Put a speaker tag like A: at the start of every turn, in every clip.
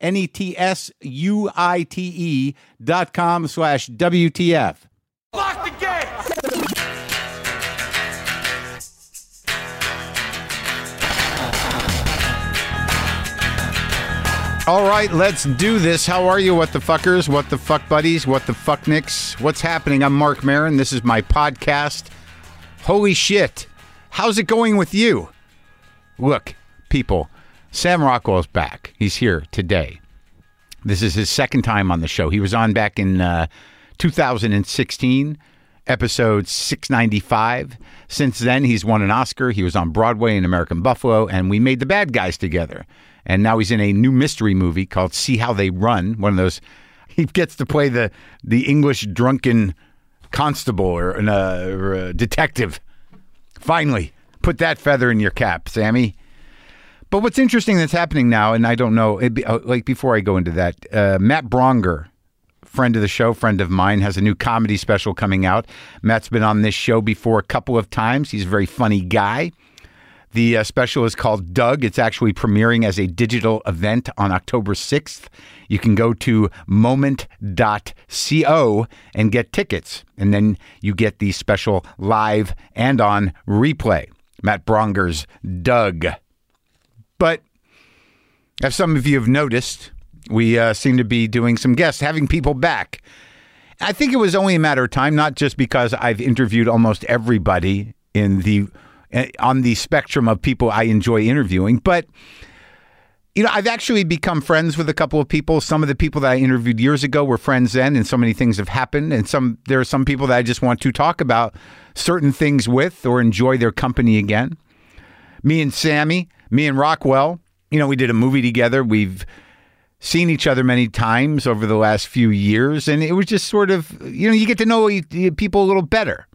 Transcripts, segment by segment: A: N E T S U I T E dot com slash WTF.
B: Lock the gate!
A: All right, let's do this. How are you, what the fuckers? What the fuck buddies? What the fuck nicks? What's happening? I'm Mark Marin. This is my podcast. Holy shit. How's it going with you? Look, people, Sam Rockwell's back. He's here today. This is his second time on the show. He was on back in uh, 2016, episode 695. Since then, he's won an Oscar. He was on Broadway in American Buffalo, and we made the bad guys together. And now he's in a new mystery movie called See How They Run. One of those, he gets to play the, the English drunken constable or, an, uh, or a detective. Finally, put that feather in your cap, Sammy. But what's interesting that's happening now, and I don't know, it'd be, uh, like before I go into that, uh, Matt Bronger, friend of the show, friend of mine, has a new comedy special coming out. Matt's been on this show before a couple of times. He's a very funny guy. The uh, special is called Doug. It's actually premiering as a digital event on October 6th. You can go to moment.co and get tickets, and then you get the special live and on replay. Matt Bronger's Doug. But as some of you have noticed, we uh, seem to be doing some guests, having people back. I think it was only a matter of time, not just because I've interviewed almost everybody in the eh, on the spectrum of people I enjoy interviewing, but you know, I've actually become friends with a couple of people. Some of the people that I interviewed years ago were friends then, and so many things have happened. And some there are some people that I just want to talk about certain things with or enjoy their company again me and Sammy, me and Rockwell. You know, we did a movie together. We've seen each other many times over the last few years, and it was just sort of you know you get to know e- e- people a little better.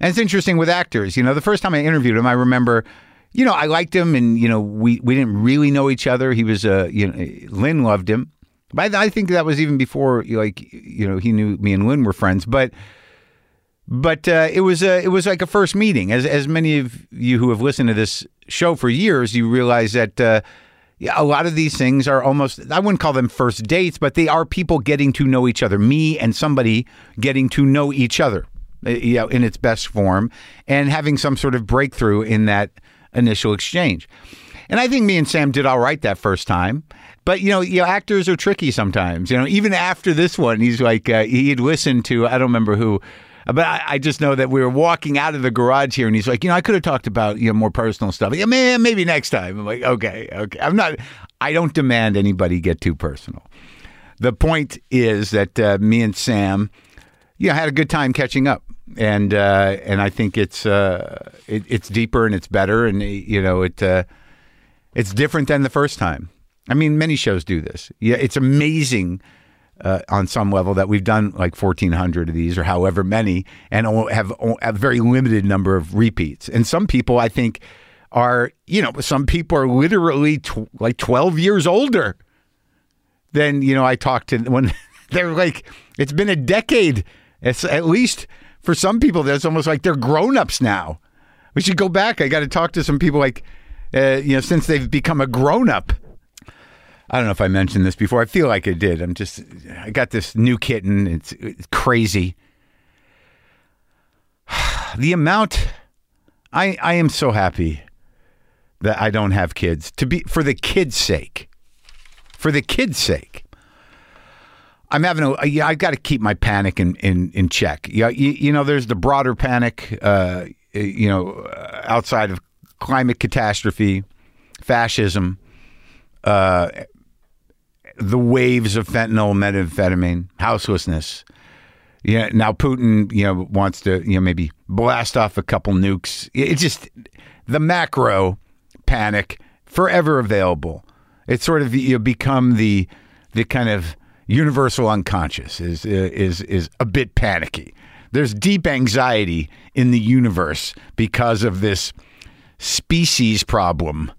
A: And it's interesting with actors. You know, the first time I interviewed him, I remember, you know, I liked him, and you know, we we didn't really know each other. He was a you know, Lynn loved him, but I, I think that was even before like you know he knew me and Lynn were friends, but but uh, it was a, it was like a first meeting. As as many of you who have listened to this show for years, you realize that uh, yeah, a lot of these things are almost I wouldn't call them first dates, but they are people getting to know each other. Me and somebody getting to know each other, uh, you know, in its best form, and having some sort of breakthrough in that initial exchange. And I think me and Sam did all right that first time. But you know, you know, actors are tricky sometimes. You know, even after this one, he's like uh, he had listened to I don't remember who, but I, I just know that we were walking out of the garage here, and he's like, you know, I could have talked about you know more personal stuff. Yeah, man, maybe next time. I'm like, okay, okay. I'm not. I don't demand anybody get too personal. The point is that uh, me and Sam, you know, had a good time catching up, and uh, and I think it's uh, it, it's deeper and it's better, and you know it. Uh, it's different than the first time. I mean, many shows do this. Yeah, it's amazing uh, on some level that we've done like 1,400 of these or however many and o- have o- a very limited number of repeats. And some people, I think, are, you know, some people are literally tw- like 12 years older than, you know, I talked to when they're like, it's been a decade. It's at least for some people, that's almost like they're grown ups now. We should go back. I got to talk to some people like, uh, you know, since they've become a grown up. I don't know if I mentioned this before. I feel like I did. I'm just, I got this new kitten. It's, it's crazy. The amount, I, I am so happy that I don't have kids to be, for the kids' sake. For the kids' sake. I'm having a, yeah, I got to keep my panic in, in, in check. Yeah, you, you know, there's the broader panic, uh, you know, uh, outside of climate catastrophe, fascism, uh, the waves of fentanyl, methamphetamine, houselessness. Yeah, now Putin, you know, wants to, you know, maybe blast off a couple nukes. It- It's just the macro panic forever available. It's sort of you know, become the the kind of universal unconscious is is is a bit panicky. There's deep anxiety in the universe because of this species problem.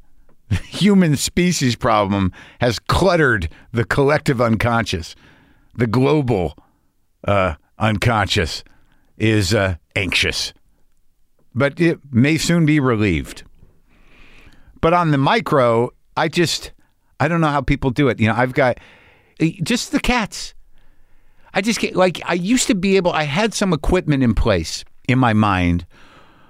A: Human species problem has cluttered the collective unconscious, the global uh, unconscious is uh, anxious, but it may soon be relieved. But on the micro, I just I don't know how people do it. You know, I've got eh, just the cats. I just get like I used to be able. I had some equipment in place in my mind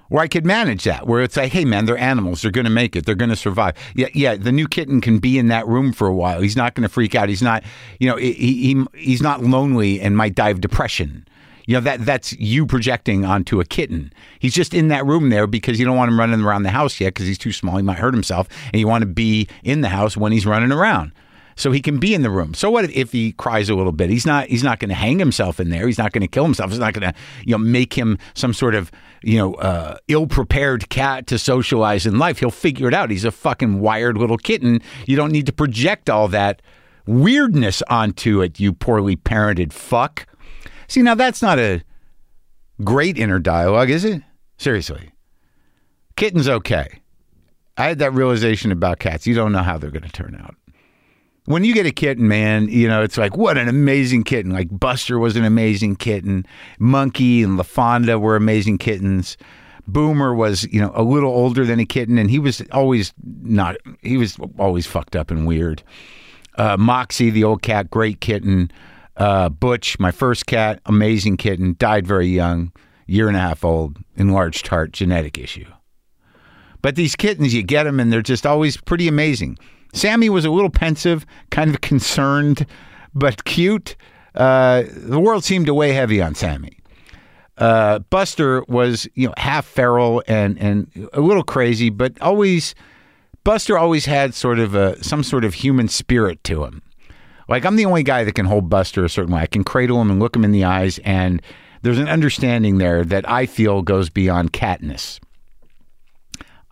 A: where I could manage that. Where it's like, hey man, they're animals. They're going to make it. They're going to survive. Yeah, yeah. The new kitten can be in that room for a while. He's not going to freak out. He's not, you know, he, he he's not lonely and might die of depression. You know that that's you projecting onto a kitten. He's just in that room there because you don't want him running around the house yet because he's too small. He might hurt himself, and you want to be in the house when he's running around. So he can be in the room. So what if he cries a little bit? He's not. He's not going to hang himself in there. He's not going to kill himself. It's not going to, you know, make him some sort of, you know, uh, ill-prepared cat to socialize in life. He'll figure it out. He's a fucking wired little kitten. You don't need to project all that weirdness onto it. You poorly parented fuck. See, now that's not a great inner dialogue, is it? Seriously, kitten's okay. I had that realization about cats. You don't know how they're going to turn out when you get a kitten, man, you know, it's like, what an amazing kitten. Like Buster was an amazing kitten. Monkey and LaFonda were amazing kittens. Boomer was, you know, a little older than a kitten, and he was always not, he was always fucked up and weird. Uh, Moxie, the old cat, great kitten. Uh, Butch, my first cat, amazing kitten, died very young, year and a half old, enlarged heart, genetic issue. But these kittens, you get them, and they're just always pretty amazing. Sammy was a little pensive, kind of concerned, but cute. Uh, the world seemed to weigh heavy on Sammy. Uh, Buster was, you know, half feral and and a little crazy, but always Buster always had sort of a some sort of human spirit to him. Like I'm the only guy that can hold Buster a certain way. I can cradle him and look him in the eyes, and there's an understanding there that I feel goes beyond catness.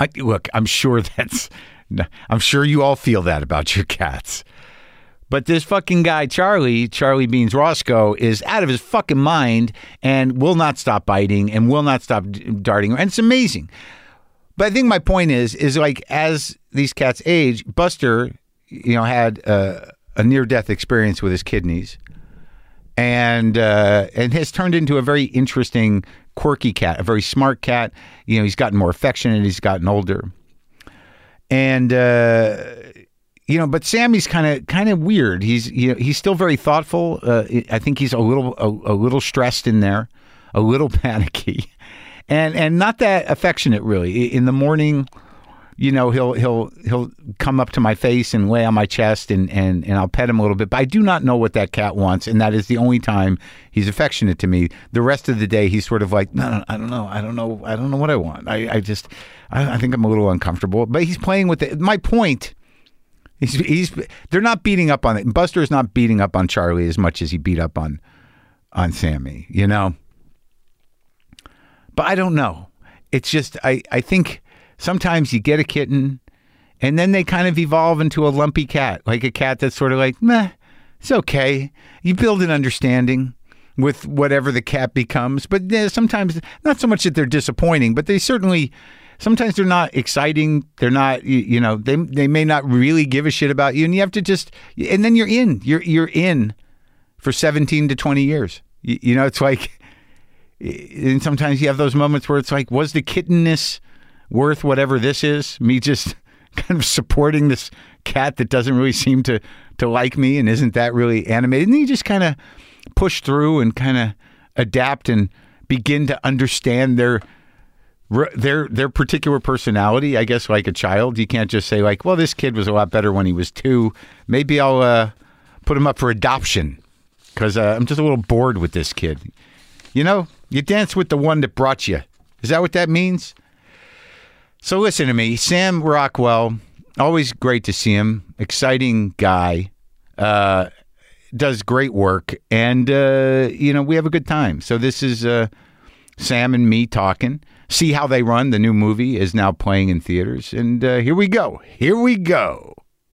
A: I, look, I'm sure that's, I'm sure you all feel that about your cats. But this fucking guy, Charlie, Charlie Beans Roscoe, is out of his fucking mind and will not stop biting and will not stop d- darting. And it's amazing. But I think my point is, is like as these cats age, Buster, you know, had uh, a near death experience with his kidneys and uh, and has turned into a very interesting, quirky cat, a very smart cat. You know, he's gotten more affectionate. He's gotten older, and uh, you know, but Sammy's kind of kind of weird. He's you know he's still very thoughtful. Uh, I think he's a little a, a little stressed in there, a little panicky, and and not that affectionate really. I- In the morning. You know he'll he'll he'll come up to my face and lay on my chest and, and and I'll pet him a little bit, but I do not know what that cat wants, and that is the only time he's affectionate to me. The rest of the day he's sort of like, no, no I don't know, I don't know, I don't know what I want. I, I just, I, I think I'm a little uncomfortable, but he's playing with it. My point He's, he's they're not beating up on it. Buster is not beating up on Charlie as much as he beat up on on Sammy, you know. But I don't know. It's just I I think sometimes you get a kitten and then they kind of evolve into a lumpy cat, like a cat that's sort of like, meh, it's okay. You build an understanding with whatever the cat becomes. But yeah, sometimes, not so much that they're disappointing, but they certainly, sometimes they're not exciting. They're not, y- you know, they, they may not really give a shit about you. And you have to just, and then you're in, you're, you're in for 17 to 20 years. You, you know, it's like, and sometimes you have those moments where it's like, was the kittenness worth whatever this is? Me just kind of supporting this cat that doesn't really seem to to like me and isn't that really animated. And then you just kind of push through and kind of adapt and begin to understand their r- their their particular personality. I guess like a child, you can't just say like, well, this kid was a lot better when he was two. Maybe I'll uh, put him up for adoption. because uh, I'm just a little bored with this kid. You know, you dance with the one that brought you. Is that what that means? So listen to me, Sam Rockwell. Always great to see him. Exciting guy. Uh, does great work, and uh, you know we have a good time. So this is uh, Sam and me talking. See how they run. The new movie is now playing in theaters, and uh, here we go. Here we go.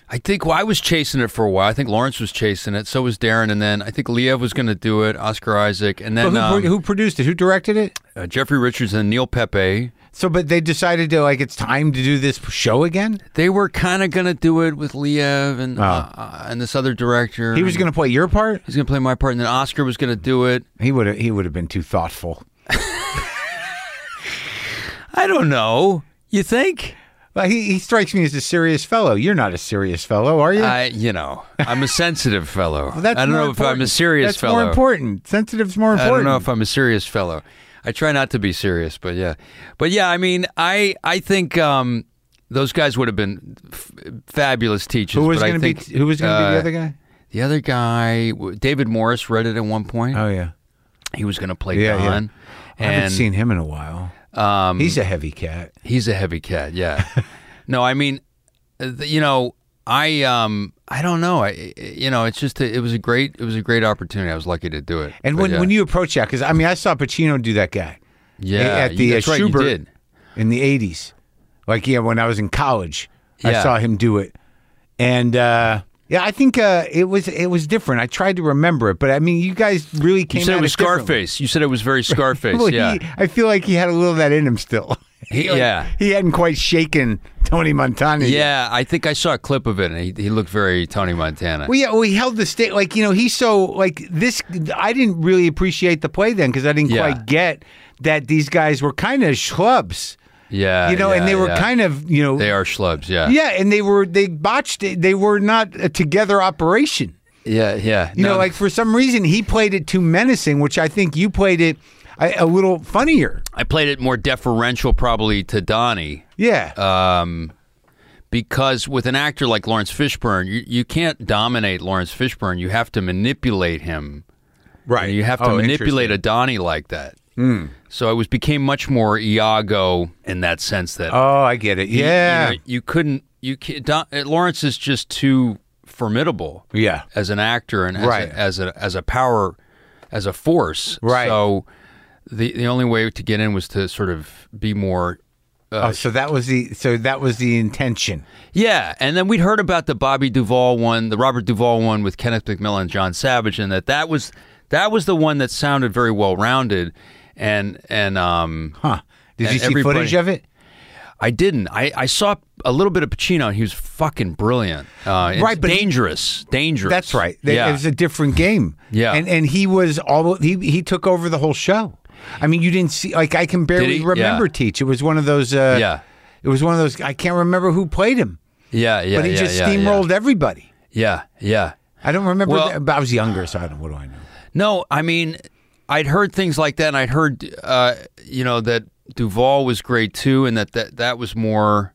C: I think well, I was chasing it for a while. I think Lawrence was chasing it. So was Darren, and then I think Liev was going to do it. Oscar Isaac, and
A: But
C: then
A: who,
C: um,
A: who produced it? Who directed it?
C: uh, Jeffrey Richards and Neil Pepe.
A: So, but they decided to like it's time to do this show again.
C: They were kind of going to do it with Liev and uh, uh, and this other director.
A: He was going to play your part.
C: He's going to play my part, and then Oscar was going to do it.
A: He would have. He would have been too thoughtful.
C: I don't know. You think?
A: But he, he strikes me as a serious fellow. You're not a serious fellow, are you?
C: I, you know, I'm a sensitive fellow.
A: Well, that's
C: I don't
A: more
C: know if I'm a
A: important.
C: serious
A: That's
C: fellow.
A: more important. Sensitive's more
C: I
A: important.
C: don't know if I'm a serious fellow. I try not to be serious, but yeah, but yeah. I mean, I I think um, those guys would have been f- fabulous teachers.
A: who was
C: but I
A: going to
C: think,
A: be. Who was going to be
C: uh,
A: the other guy?
C: The other guy, w- David Morris, read it at one point.
A: Oh yeah,
C: he was going to play
A: Yeah, yeah.
C: Don,
A: I haven't
C: and
A: seen him in a while.
C: um,
A: He's a heavy cat.
C: He's a heavy cat. Yeah. no, I mean, uh, th- you know, I um, I don't know. I I- you know, it's just a, it was a great it was a great opportunity. I was lucky to do it.
A: And
C: But
A: when,
C: yeah.
A: when you approach that, because I mean, I saw Pacino do that guy
C: yeah
A: at
C: you-
A: the
C: that's
A: uh,
C: right, you
A: Schubert
C: did.
A: in the '80s. Like yeah, when I was in college, I
C: Yeah.
A: saw him do it, and uh, yeah, I think uh, it was it was different. I tried to remember it, but I mean, you guys really came.
C: You said
A: at
C: it was
A: differently.
C: Scarface. You said it was very Scarface.
A: Well, he-
C: yeah.
A: I feel like he had a little of that in him still.
C: He-
A: Like,
C: yeah.
A: he hadn't quite shaken Tony Montana. yet.
C: Yeah, I think I saw a clip of it, and he, he looked very Tony Montana.
A: Well, yeah, well, he held the state like you know he's so like this. I didn't really appreciate the play then because I didn't
C: Yeah.
A: quite get that these guys were kind of schlubs,
C: yeah,
A: you know,
C: Uh, yeah,
A: and they were
C: yeah.
A: kind of you know
C: They are schlubs. Yeah,
A: yeah, and they were they botched it. They were not a together operation.
C: yeah, yeah.
A: You
C: No,
A: know, like for some reason he played it too menacing, which I think you played it a, a little funnier.
C: I played it more deferential, probably to Donnie,
A: Yeah,
C: Uh, because with an actor like Lawrence Fishburne, you, you can't dominate Lawrence Fishburne. You have to manipulate him.
A: right. Oh, Hmm.
C: You have to manipulate a Donnie like that. So it was became much more Iago in that sense that
A: Oh, I get it.
C: you-
A: Yeah,
C: you, know, you couldn't. You can Don, uh, Lawrence is just too formidable.
A: Yeah.
C: as an actor and as,
A: Right.
C: a, as a as a power, as a force.
A: Right.
C: So the the only way to get in was to sort of be more. uh,
A: oh, so that was the so that was the intention.
C: Yeah, and then we'd heard about the Bobby Duvall one, the Robert Duvall one with Kenneth McMillan and John Savage, and that that was that was the one that sounded very well rounded, and and um,
A: Huh? Did
C: And
A: you see
C: everybody-
A: footage of it?
C: I didn't. I, I saw a little bit of Pacino. and He was fucking brilliant. Uh, it's
A: Right, but he-
C: dangerous, dangerous.
A: That's right. They-
C: yeah.
A: It was a different game.
C: Yeah.
A: and and he was all he he took over the whole show. I mean, you didn't see like I can barely
C: he?
A: remember
C: Yeah.
A: Teach. It was one of those. Uh,
C: Yeah.
A: it was one of those. I can't remember who played him,
C: yeah, yeah,
A: but he
C: yeah,
A: just
C: yeah,
A: steamrolled everybody.
C: Yeah, yeah,
A: I don't remember.
C: Well-
A: that, but I was younger, so I don't. What do I know?
C: yeah. No, I mean, I'd heard things like that, and I'd heard, uh, you know, that Duvall was great too, and that that, that was more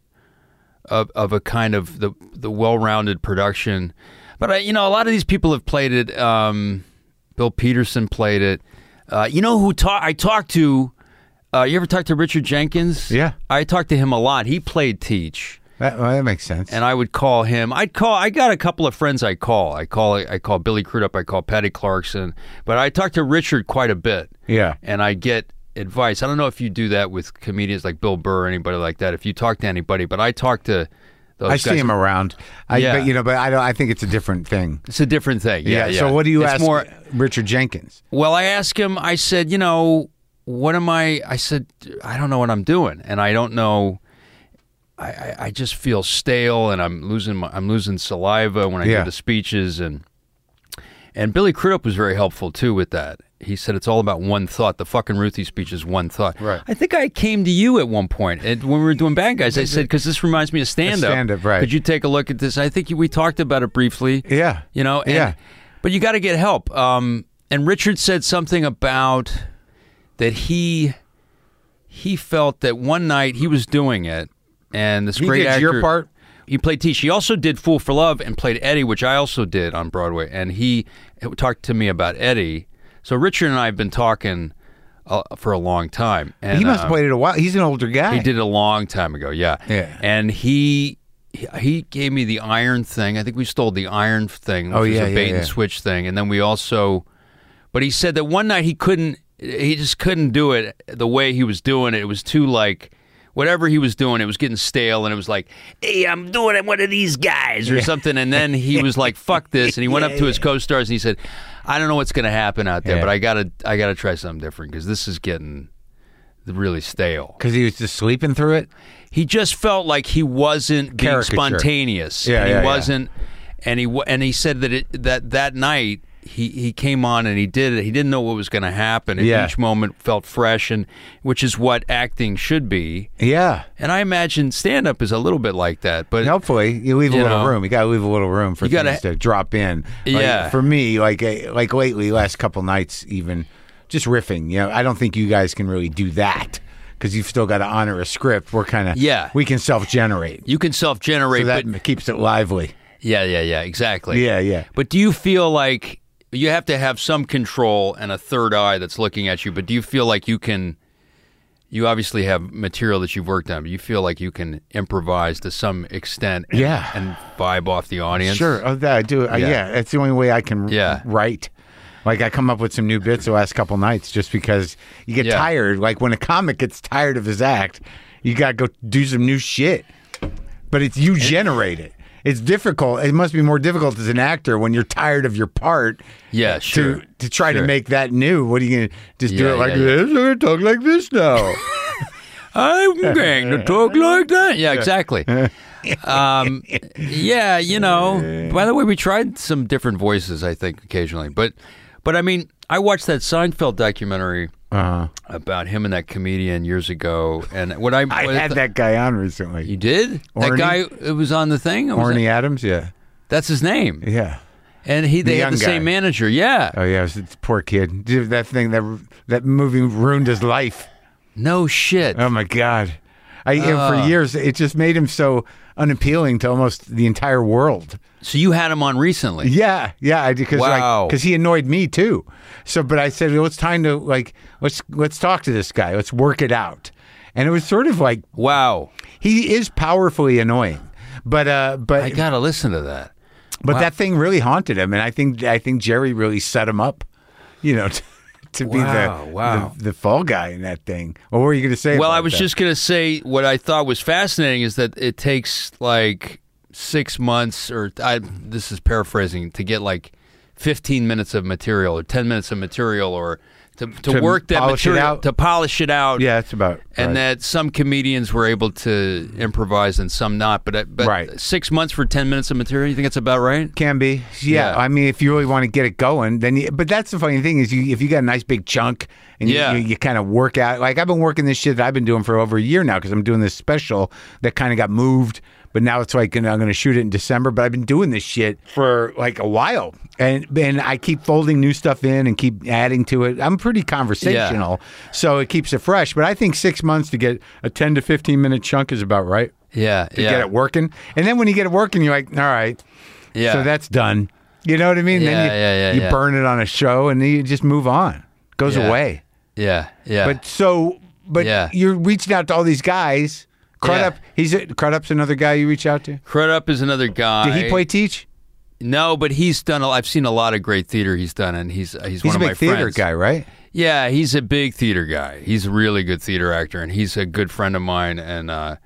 C: of, of a kind of the the well rounded production. But I, you know, a lot of these people have played it. Um, Bill Peterson played it. Uh, you know who ta- I talked to? Uh, you ever talked to Richard Jenkins?
A: Yeah.
C: I talked to him a lot. He played Teach,
A: That, well, that makes sense.
C: and I would call him. I'd call. I got a couple of friends. I call. I call. I call Billy Crudup. I call Patty Clarkson. But I talked to Richard quite a bit.
A: yeah.
C: And I get advice. I don't know if you do that with comedians like Bill Burr or anybody like that. If you talk to anybody, but I talk to those
A: I
C: guys.
A: see him around. I,
C: Yeah.
A: but, you know, but I don't. I think it's a different thing.
C: It's a different thing. Yeah. yeah.
A: So what do you
C: it's
A: ask
C: More,
A: Richard Jenkins?
C: Well, I asked him, I said, you know, what am I? I said, I don't know what I'm doing. And I don't know. I, I, I just feel stale and I'm losing my, I'm losing saliva when I
A: Yeah.
C: do the speeches. And, and Billy Crudup was very helpful too with that. He said it's all about one thought. The fucking Ruthie speech is one thought.
A: Right.
C: I think I came to you at one point and when we were doing Bad Guys. I said because this reminds me of stand up.
A: stand-up, right.
C: Could you take a look at this? I think we talked about it briefly.
A: Yeah.
C: You know, and,
A: Yeah.
C: But you got to get help. Um, and Richard said something about that he he felt that one night he was doing it, and this
A: He
C: great
A: did
C: actor,
A: your part?
C: He played T. She also did Fool for Love and played Eddie, which I also did on Broadway. And he talked to me about Eddie. So Richard and I have been talking uh, for a long time. And,
A: he must
C: uh,
A: have played it a while. He's an older guy.
C: he did it a long time ago, yeah.
A: Yeah.
C: And he he gave me the iron thing. I think we stole the iron thing, which
A: Oh,
C: was
A: yeah,
C: a
A: yeah,
C: bait
A: yeah.
C: and switch thing. And then we also but he said that one night he couldn't he just couldn't do it the way he was doing it. It was too like whatever he was doing, it was getting stale and it was like, Hey, I'm doing it one of these guys or something and then he was like, Fuck this and he went up to his co stars and he said, I don't know what's gonna happen out there,
A: Yeah.
C: but I gotta I gotta try something different because this is getting really stale
A: because he was just sleeping through it.
C: he just felt like he wasn't being
A: Caricature.
C: spontaneous.
A: Yeah,
C: and he
A: yeah, yeah.
C: wasn't, and he wa- and he said that it, that that night he he came on and he did it. He didn't know what was going to happen. And
A: Yeah.
C: Each moment felt fresh, and which is what acting should be.
A: Yeah.
C: And I imagine stand up is a little bit like that, but
A: And hopefully, you leave a
C: You
A: little
C: know.
A: room. You gotta leave a little room for
C: You gotta-
A: things to drop in. Like,
C: Yeah.
A: For me, like eh, like lately, last couple nights, even just riffing. You know, I don't think you guys can really do that because you've still got to honor a script. We're kind of
C: Yeah.
A: We can self generate.
C: you can self generate.
A: So that
C: but
A: keeps it lively.
C: yeah, yeah, yeah, exactly.
A: Yeah, yeah.
C: But do you feel like you have to have some control and a third eye that's looking at you? But do you feel like you can? You obviously have material that you've worked on, but you feel like you can improvise to some extent. And,
A: Yeah.
C: and vibe off the audience.
A: Sure. Oh, that I do. Yeah.
C: Yeah.
A: yeah, that's the only way I can
C: Yeah.
A: write. Like I come up with some new bits the last couple nights just because you get
C: Yeah.
A: tired. Like when a comic gets tired of his act, you got to go do some new shit. But it's you generate it. It's difficult. It must be more difficult as an actor when you're tired of your part.
C: Yeah, sure.
A: To, to try to
C: Sure.
A: make that new. What are you gonna just do
C: Yeah,
A: it like
C: yeah, yeah.
A: this? I'm gonna talk like this now.
C: I'm going to talk like that. Yeah, exactly. Um, yeah, you know. By the way, we tried some different voices, I think, occasionally. But, but I mean, I watched that Seinfeld documentary
A: uh,
C: about him and that comedian years ago. And what I,
A: I
C: what
A: had
C: the-
A: that guy on recently.
C: You did?
A: Orny?
C: That guy that was on the thing? Or was
A: Orny
C: that-
A: Adams. Yeah.
C: that's his name.
A: Yeah.
C: And he they
A: The
C: had
A: young
C: the same
A: guy.
C: manager. Yeah.
A: Oh yeah, it was, it's poor kid. Dude, that thing that that movie ruined his life.
C: No shit.
A: Oh my god. I for years it just made him so unappealing to almost the entire world.
C: so you had him on recently.
A: Yeah, yeah, I because
C: Wow.
A: because he annoyed me too. So, but I said, well, it's time to like let's let's talk to this guy. Let's work it out. And it was sort of like
C: Wow.
A: he is powerfully annoying, but uh, but
C: I got to listen to that.
A: but that thing really haunted him, and I think I think Jerry really set him up, you know, to, to be
C: Wow,
A: the,
C: wow.
A: the the fall guy in that thing. What were you going to say?
C: Well,
A: about
C: I was
A: that?
C: just going to say what I thought was fascinating is that it takes like 6 months or I this is paraphrasing to get like 15 minutes of material or 10 minutes of material or to, to,
A: To
C: work that
A: polish it
C: material
A: out?
C: to polish it out
A: yeah, that's about
C: and
A: right.
C: that some comedians were able to improvise and some not. But but
A: Right.
C: six months for ten minutes of material, you think that's about right?
A: can be. Yeah,
C: Yeah.
A: I mean, if you really want to get it going, then. You, but that's the funny thing is, you if you got a nice big chunk and you,
C: Yeah.
A: you, you kind of work out. Like I've been working this shit that I've been doing for over a year now because I'm doing this special that kind of got moved. But now it's like you know, I'm going to shoot it in December. But I've been doing this shit for like a while, and and I keep folding new stuff in and keep adding to it. I'm pretty conversational, so it keeps it fresh. But I think six months to get a 10 to 15 minute chunk is about right
C: Yeah,
A: to
C: yeah.
A: get it working. And then when you get it working, you're like, all right,
C: Yeah.
A: So that's done. You know what I mean?
C: Yeah,
A: then you,
C: yeah, yeah,
A: you
C: yeah.
A: burn it on a show and then you just move on. It goes
C: Yeah.
A: away.
C: yeah, yeah.
A: But so, but
C: Yeah.
A: you're reaching out to all these guys.
C: Yeah.
A: Crudup, he's a, Crudup's another guy you reach out to.
C: Crudup is another guy.
A: Did he play teach?
C: No, but he's done. A, I've seen a lot of great theater he's done, and he's uh, he's,
A: He's
C: one
A: a
C: of my
A: big theater
C: friends.
A: guy, right?
C: Yeah, he's a big theater guy. He's a really good theater actor, and he's a good friend of mine. And uh,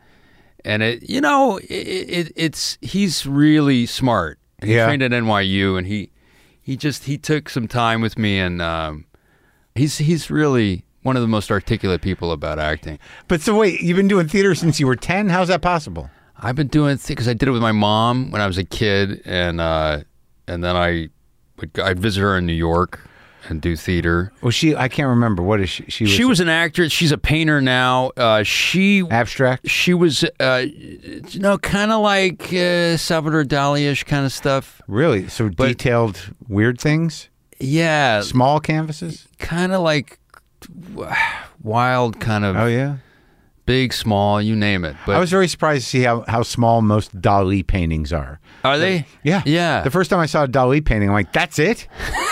C: and it, you know, it, it, it's he's really smart. He
A: Yeah.
C: trained at NYU, and he he just he took some time with me, and um, he's he's really one of the most articulate people about acting.
A: But so wait, you've been doing theater since you were 10? How's that possible?
C: I've been doing because I did it with my mom when I was a kid, and uh, and then I would go- I'd visit her in New York and do theater.
A: Well, she, I can't remember. What is she? She was,
C: She was an actress. She's a painter now. Uh, she
A: abstract.
C: she was uh, you know kind of like uh, Salvador Dali-ish kind of stuff.
A: Really? So detailed, weird things?
C: Yeah,
A: Small canvases?
C: kind of like wild, kind of
A: Oh, yeah.
C: big, small, you name it. But
A: I was very surprised to see how, how small most Dali paintings are.
C: are they?
A: Yeah.
C: yeah.
A: The first time I saw a Dali painting, I'm like, that's it?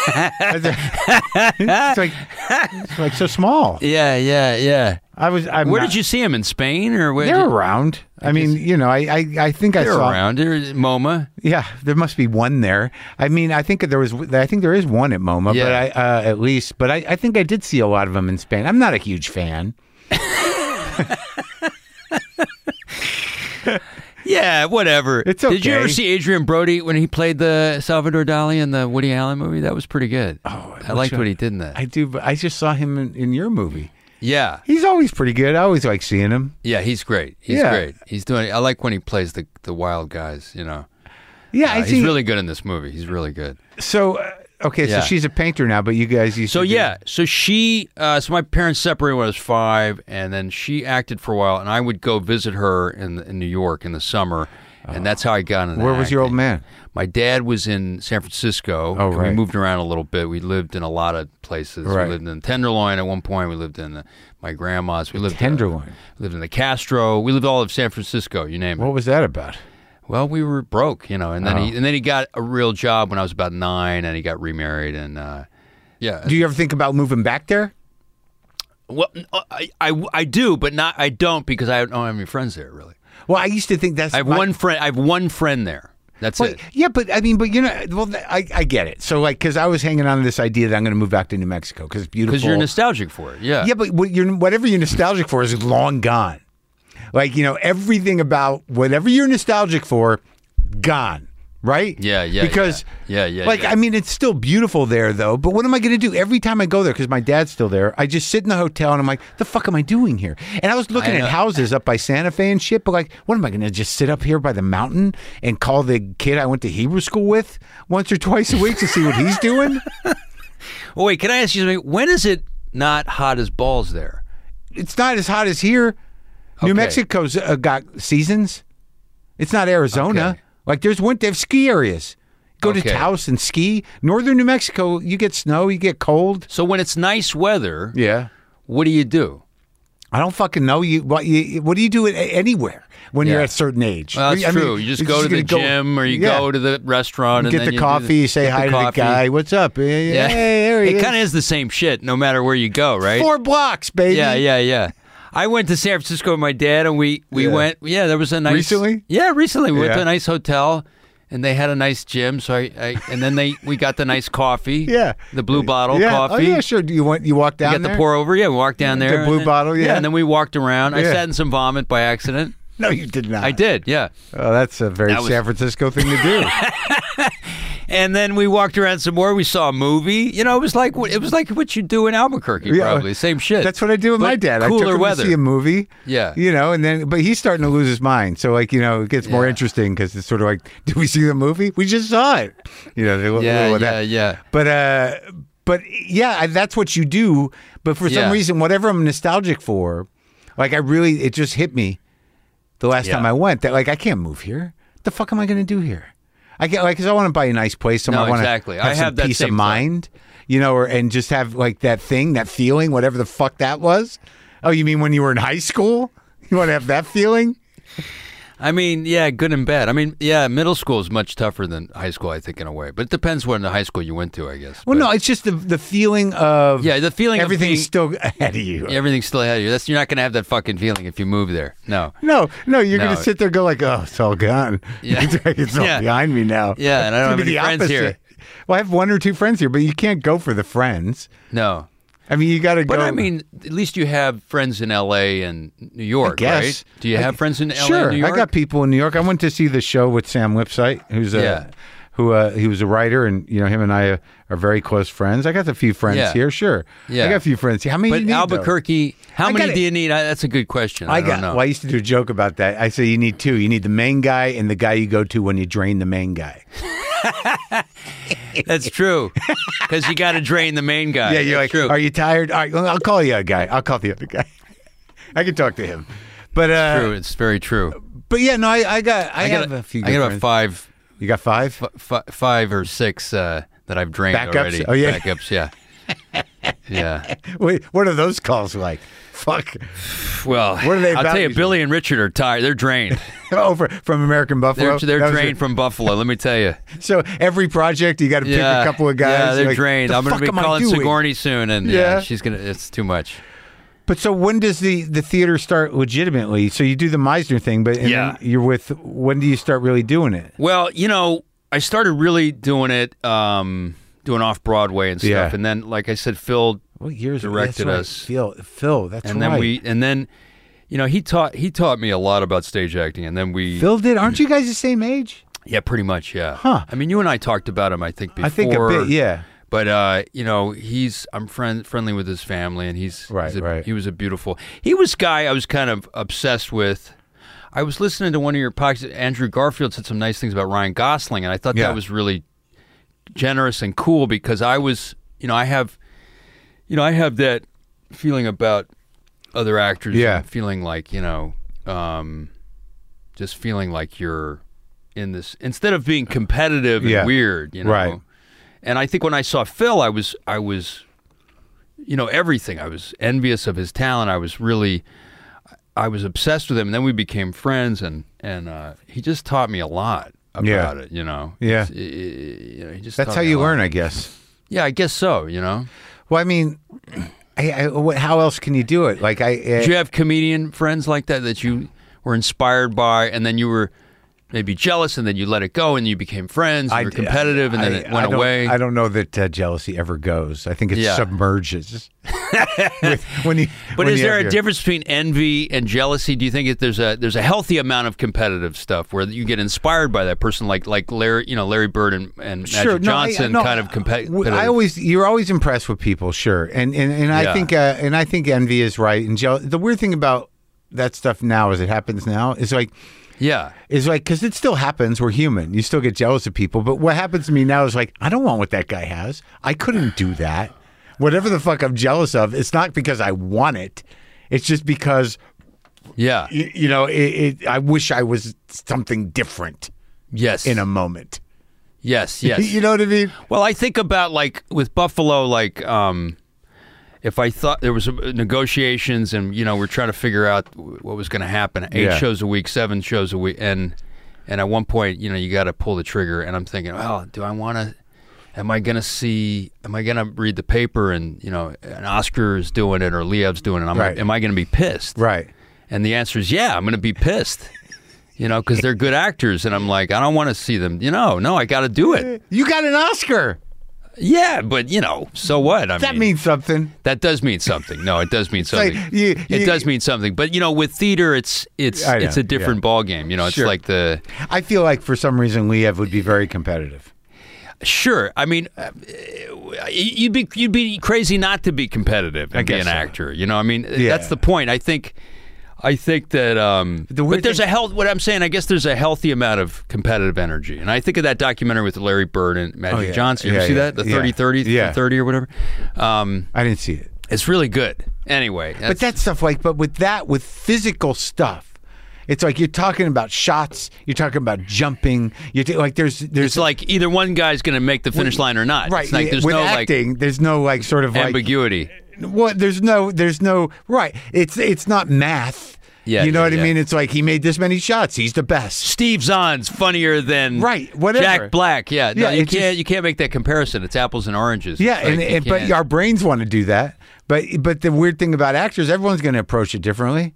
A: it's, like, it's like so small.
C: yeah, yeah, yeah.
A: I was. I'm
C: Where
A: not-
C: did you see him in Spain or where?
A: They're
C: did-
A: around. I mean, you know, I, I, I think I
C: they're
A: saw.
C: around. They're at MoMA.
A: Yeah, there must be one there. I mean, I think there was. I think there is one at MoMA, but
C: Yeah.
A: I uh, at least. But I, I think I did see a lot of them in Spain. I'm not a huge fan.
C: Yeah, whatever.
A: It's
C: Did you ever
A: okay.
C: see Adrian Brody when he played the Salvador Dali in the Woody Allen movie? That was pretty good. Oh, I liked what he did in that.
A: I do, but I just saw him in, in your movie.
C: yeah,
A: He's always pretty good. I always like seeing him.
C: yeah, he's great. He's
A: Yeah.
C: great. He's doing. I like when he plays the the wild guys. You know,
A: Yeah,
C: Uh,
A: I see.
C: he's really good in this movie. He's really good.
A: so uh, okay,
C: Yeah.
A: so she's a painter now, but you guys used
C: So
A: to do-
C: yeah, so she, uh, so my parents separated when I was five, and then she acted for a while, and I would go visit her in in New York in the summer, and that's how I got into.
A: Where was your old
C: acting.
A: man?
C: My dad was in San Francisco.
A: Oh,
C: and
A: right.
C: We moved around a little bit. We lived in a lot of places.
A: Right.
C: We lived in Tenderloin at one point. We lived in the, my grandma's. We lived
A: Tenderloin.
C: Uh, lived in the Castro. We lived all of San Francisco. You name it.
A: What was that about?
C: Well, we were broke, you know, and then
A: Oh.
C: he and then he got a real job when I was about nine, and he got remarried, and uh, yeah.
A: Do you ever think about moving back there?
C: Well, uh, I, I, I do, but not I don't because I don't have any friends there really.
A: Well, I used to think that's
C: I have
A: my-
C: one friend. I have one friend there. That's
A: Well,
C: it.
A: yeah, but I mean, but you know, well, th- I, I get it. So like, because I was hanging on to this idea that I'm going to move back to New Mexico because it's beautiful.
C: Because you're nostalgic for it. Yeah.
A: Yeah, but what you're, whatever you're nostalgic for is long gone. Like, you know, everything about whatever you're nostalgic for, gone. Right?
C: Yeah, yeah,
A: Because,
C: yeah. Yeah, yeah,
A: Like,
C: yeah.
A: I mean, it's still beautiful there, though. But what am I going to do every time I go there? Because my dad's still there. I just sit in the hotel and I'm like, the fuck am I doing here? And I was looking
C: I
A: at
C: know.
A: houses up by Santa Fe and shit. But like, what am I going to just sit up here by the mountain and call the kid I went to Hebrew school with once or twice a week to see what he's doing?
C: Oh, wait, can I ask you something? When is it not hot as balls there?
A: it's not as hot as here. New
C: Okay.
A: Mexico's uh, got seasons. It's not Arizona.
C: Okay.
A: Like there's winter they have ski areas. Go to
C: Okay.
A: Taos and ski. Northern New Mexico, you get snow, you get cold.
C: So when it's nice weather,
A: Yeah.
C: what do you do?
A: I don't fucking know you. What, you, what do you do at, anywhere when you're
C: Yeah.
A: at a certain age?
C: Well, that's
A: I mean,
C: true. You just
A: you're
C: go to
A: gonna
C: the
A: go-
C: gym or you
A: Yeah.
C: go to the restaurant and
A: get
C: then
A: the
C: you do
A: coffee, you say
C: get
A: hi to the
C: coffee.
A: guy. What's up? Hey,
C: Yeah,
A: hey, there he
C: it
A: is.
C: kind of is the same shit no matter where you go, right?
A: Four blocks, baby.
C: Yeah, yeah, yeah. I went to San Francisco with my dad, and we we
A: Yeah.
C: went. Yeah, there was a nice
A: Recently?
C: Yeah, recently we went to
A: Yeah.
C: a nice hotel, and they had a nice gym. So I, I and then they we got the nice coffee.
A: Yeah.
C: the blue bottle
A: yeah.
C: coffee.
A: Oh yeah, sure. Do you want you walk down
C: We got
A: there?
C: the pour over. Yeah, we walked down there.
A: The blue
C: and then-
A: bottle, yeah.
C: and then we walked around. I
A: Yeah.
C: sat in some vomit by accident.
A: No, you did not.
C: I did. Yeah.
A: Oh, that's a very
C: That was-
A: San Francisco thing to do.
C: And then we walked around some more. We saw a movie. You know, it was like what- it was like what you do in Albuquerque,
A: Yeah.
C: probably same shit.
A: That's what I do with
C: But
A: my dad. I
C: Cooler
A: took him
C: weather.
A: to see a movie.
C: Yeah.
A: You know, and then but he's starting to lose his mind. So like, you know, it gets more
C: Yeah.
A: interesting because it's sort of like, did we see the movie? We just saw it. You know, they look-
C: yeah,
A: look at
C: yeah,
A: that.
C: yeah.
A: But uh, but yeah, I, that's what you do. But for some
C: Yeah.
A: reason, whatever I'm nostalgic for, like I really, it just hit me the last
C: Yeah.
A: time I went that like I can't move here. The fuck am I going to do here? I get like because I want to buy a nice place. So
C: No,
A: I want
C: exactly.
A: to have
C: I
A: some
C: have that
A: peace
C: same
A: of
C: thought.
A: mind, you know, or and just have like that thing, that feeling, whatever the fuck that was. Oh, you mean when you were in high school? You want to have that feeling?
C: I mean, yeah, good and bad. I mean, yeah, middle school is much tougher than high school, I think, in a way. But it depends what in the high school you went to, I guess.
A: Well,
C: But-
A: no, it's just the the feeling of
C: Yeah, the feeling of
A: everything's
C: being-
A: still ahead of you.
C: everything's still ahead of you. That's you're not going to have that fucking feeling if you move there. No.
A: No, no, you're
C: No.
A: gonna sit there and go like, oh, it's all gone.
C: Yeah.
A: it's like, it's all
C: Yeah.
A: behind me now.
C: Yeah, and I
A: It's
C: don't have
A: gonna be
C: any friends
A: the opposite.
C: here.
A: Well, I have one or two friends here, but you can't go for the friends.
C: No.
A: I mean, you got to go.
C: But I mean, at least you have friends in L.A. and New York,
A: guess.
C: right? Do you have friends in L.A.
A: sure,
C: and New York?
A: I got people in New York. I went to see the show with Sam Lipsight, who's a
C: Yeah.
A: who uh, he was a writer, and you know him and I are, are very close friends. I got a few friends
C: Yeah.
A: here, sure. I
C: Yeah.
A: got a few friends. here. How many?
C: But
A: you need, though?
C: Albuquerque, how
A: I
C: many
A: gotta-
C: do you need? I, that's a good question. I,
A: I
C: don't
A: got.
C: know.
A: Well, I used to do a joke about that. I say you need two. You need the main guy and the guy you go to when you drain the main guy.
C: That's true, because you got to drain the main guy.
A: Yeah, you're
C: That's
A: like,
C: true.
A: are you tired? All right, well, I'll call you a guy. I'll call the other guy. I can talk to him. But uh,
C: true. It's very true.
A: but yeah, no, I, I got I,
C: I got
A: have a few.
C: I
A: good
C: got about
A: friends.
C: five,
A: You got five?
C: f- five or six uh, that I've drained
A: Backups?
C: already.
A: Oh, yeah.
C: Backups. Yeah. yeah.
A: Wait, what are those calls like? Fuck.
C: Well,
A: What are they
C: I'll
A: about
C: tell you,
A: these
C: Billy and Richard are tired. They're drained.
A: Over from American Buffalo.
C: They're, they're
A: That was
C: drained from Buffalo. Let me tell you.
A: it. So every project, you got to
C: yeah,
A: pick a couple of guys.
C: Yeah,
A: You're
C: they're
A: like,
C: drained.
A: "The
C: I'm going
A: fuck
C: to be
A: am I
C: calling
A: doing?"
C: Sigourney soon, and yeah.
A: Yeah.
C: she's gonna. It's too much.
A: But so when does the the theater start legitimately? So you do the Meisner thing, but and
C: Yeah.
A: then you're with. When do you start really doing it?
C: Well, you know, I started really doing it, um, doing off Broadway and stuff,
A: Yeah.
C: and then, like I said, Phil
A: What years that's
C: Directed
A: right.
C: us.
A: Phil. Phil. That's
C: and
A: right.
C: then we and then you know he taught he taught me a lot about stage acting and then we
A: Phil did. Aren't you guys the same age?
C: yeah pretty much yeah
A: Huh.
C: i mean you and i talked about him i think before
A: I think a bit. Yeah.
C: but uh you know he's i'm friend friendly with his family and he's
A: Right,
C: he's a-
A: right.
C: he was a beautiful he was a guy i was kind of obsessed with i was listening to one of your podcasts andrew garfield said some nice things about ryan gosling and i thought
A: Yeah.
C: that was really generous and cool because i was you know i have you know, I have that feeling about other actors.
A: Yeah.
C: and Feeling like, you know, um, just feeling like you're in this instead of being competitive and
A: Yeah.
C: weird, you know.
A: Right.
C: And I think when I saw Phil, I was I was you know, everything. I was envious of his talent. I was really I was obsessed with him. And then we became friends and and uh, he just taught me a lot about
A: Yeah.
C: it, you know.
A: Yeah.
C: It's- i- i- you know, he just
A: That's
C: taught
A: how
C: me a
A: you
C: lot.
A: learn, I guess.
C: Yeah, I guess so, you know.
A: Well, I mean, I, I, what, how else can you do it? Like I,
C: Did you have comedian friends like that that you were inspired by, and then you were maybe jealous, and then you let it go, and you became friends, and
A: I-
C: you were competitive, and then
A: I-
C: it
A: I
C: went
A: don't-
C: away?
A: I don't know that uh, jealousy ever goes. I think it
C: Yeah.
A: submerges. With- when you,
C: but
A: when
C: is
A: you
C: there
A: have
C: a
A: your-
C: difference between envy and jealousy? Do you think that there's a there's a healthy amount of competitive stuff where you get inspired by that person, like like Larry, you know, Larry Bird and, and Magic
A: Sure, no, I-
C: Johnson,
A: no,
C: kind of
A: w-
C: compet- competitive?
A: I always, you're always impressed with people, sure, and and, and I
C: Yeah.
A: think uh, and I think envy is right. And jeal- the weird thing about that stuff now, as it happens now, is like
C: yeah,
A: is like because it still happens. We're human. You still get jealous of people. But what happens to me now is like I don't want what that guy has. I couldn't do that. Whatever the fuck I'm jealous of, it's not because I want it. It's just because
C: yeah,
A: y- you know it, it, I wish I was something different
C: yes,
A: in a moment.
C: yes, yes.
A: you know what I mean?
C: Well, I think about like with Buffalo, like um, if I thought there was uh, negotiations, and you know we're trying to figure out w- what was going to happen. Eight
A: Yeah.
C: shows a week, seven shows a week, and and at one point, you know, you got to pull the trigger. And I'm thinking, well, do I want to? Am I going to see? Am I going to read the paper and you know, an Oscar is doing it or Liev's doing it? I'm,
A: Right.
C: Am I going to be pissed?
A: Right.
C: And the answer is yeah, I'm going to be pissed. You know, because they're good actors, and I'm like, I don't want to see them. You know, no, I got to do it.
A: You got an Oscar.
C: Yeah, but you know, so what? I
A: That
C: mean,
A: means something.
C: that does mean something. No, it does mean
A: like
C: something.
A: you-
C: it
A: you-
C: does mean something. But you know, with theater, it's it's
A: I know,
C: it's a different ball game. You know, it's
A: Sure.
C: like the
A: I feel like for some reason Liev would be very competitive.
C: sure. I mean, uh, you'd be you'd be crazy not to be competitive and be
A: guess
C: an
A: so.
C: actor. You know, I mean, uh,
A: Yeah.
C: that's the point. I think. I think that, um,
A: The weird
C: but there's
A: thing-
C: a health. What I'm saying, I guess there's a healthy amount of competitive energy, and I think of that documentary with Larry Bird and Magic
A: Oh, yeah.
C: Johnson. You ever
A: Yeah,
C: see
A: yeah.
C: that? The
A: Yeah.
C: 30 30,
A: Yeah.
C: 30 or whatever. Um,
A: I didn't see it.
C: It's really good. Anyway,
A: But that stuff, like, but with that, with physical stuff, it's like you're talking about shots, you're talking about jumping, you're t- like there's there's
C: it's like either one guy's going to make the finish line or not.
A: right
C: It's like there's
A: with
C: no
A: acting, there's no like sort of
C: like ambiguity.
A: like what there's no there's no right. It's it's not math.
C: Yeah,
A: you know
C: yeah,
A: what I
C: yeah.
A: mean? It's like he made this many shots. He's the best.
C: Steve Zahn's funnier than
A: Right, whatever.
C: Jack Black. Yeah, no,
A: Yeah,
C: you
A: it
C: can't
A: just-
C: you can't make that comparison. It's apples and oranges.
A: Yeah,
C: It's like
A: and,
C: you
A: and but
C: can't-
A: our brains want to do that. But but the weird thing about actors, everyone's going to approach it differently.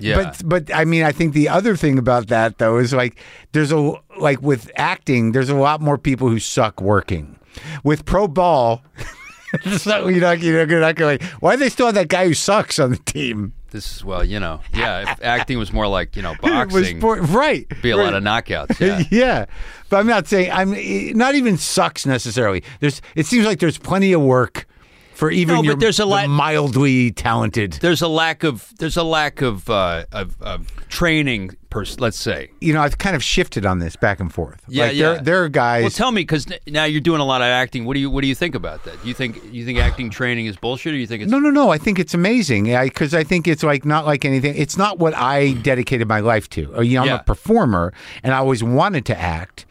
C: Yeah.
A: But but I mean, I think the other thing about that though is like there's a like with acting, there's a lot more people who suck working. With pro ball, so you're not you're not gonna- not gonna like why do they still have that guy who sucks on the team?
C: this is well, you know, yeah. If acting was more like you know
A: It was
C: boxing,
A: por- right?
C: be a
A: right.
C: lot of knockouts. Yeah.
A: yeah, but I'm not saying I'm eh, not even sucks necessarily. There's it seems like there's plenty of work for even
C: No, but
A: your-
C: there's a
A: the
C: lot-
A: mildly talented.
C: there's a lack of there's a lack of uh, of, of training. Per, let's say.
A: you know, I've kind of shifted on this back and forth.
C: Yeah,
A: like,
C: yeah.
A: There, there are guys.
C: Well, tell me because now you're doing a lot of acting. What do you what do you think about that? You think you think acting training is bullshit, or you think it's
A: no, no, no. I think it's amazing because I, think it's like not like anything. It's not what I dedicated my life to. Uh, You know, I'm
C: Yeah.
A: a performer, and I always wanted to act,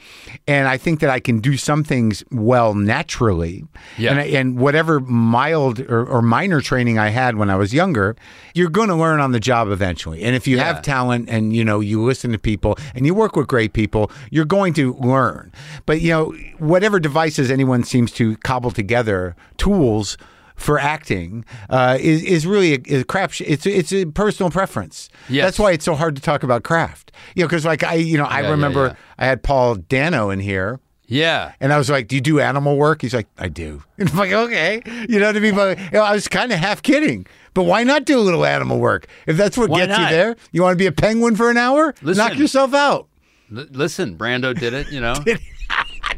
A: and I think that I can do some things well naturally.
C: Yeah.
A: And, I, and whatever mild or, or minor training I had when I was younger, you're going to learn on the job eventually. And if you have talent and you know you listen to people and you work with great people, you're going to learn. But you know whatever devices anyone seems to cobble together, tools for acting uh, is is really a, is a crap. sh- It's it's a personal preference.
C: Yes.
A: That's why it's so hard to talk about craft. You know, because like I you know I
C: Yeah, yeah,
A: remember
C: yeah.
A: I had Paul Dano in here.
C: yeah.
A: And I was like, "Do you do animal work?" He's like, "I do." And I'm like, "Okay," you know what I mean. But you know, I was kind of half kidding. But why not do a little animal work if that's what
C: Why
A: gets
C: not?
A: you there? You want to be a penguin for an hour? Knock
C: Listen.
A: yourself out.
C: L- listen, Brando did it. You know,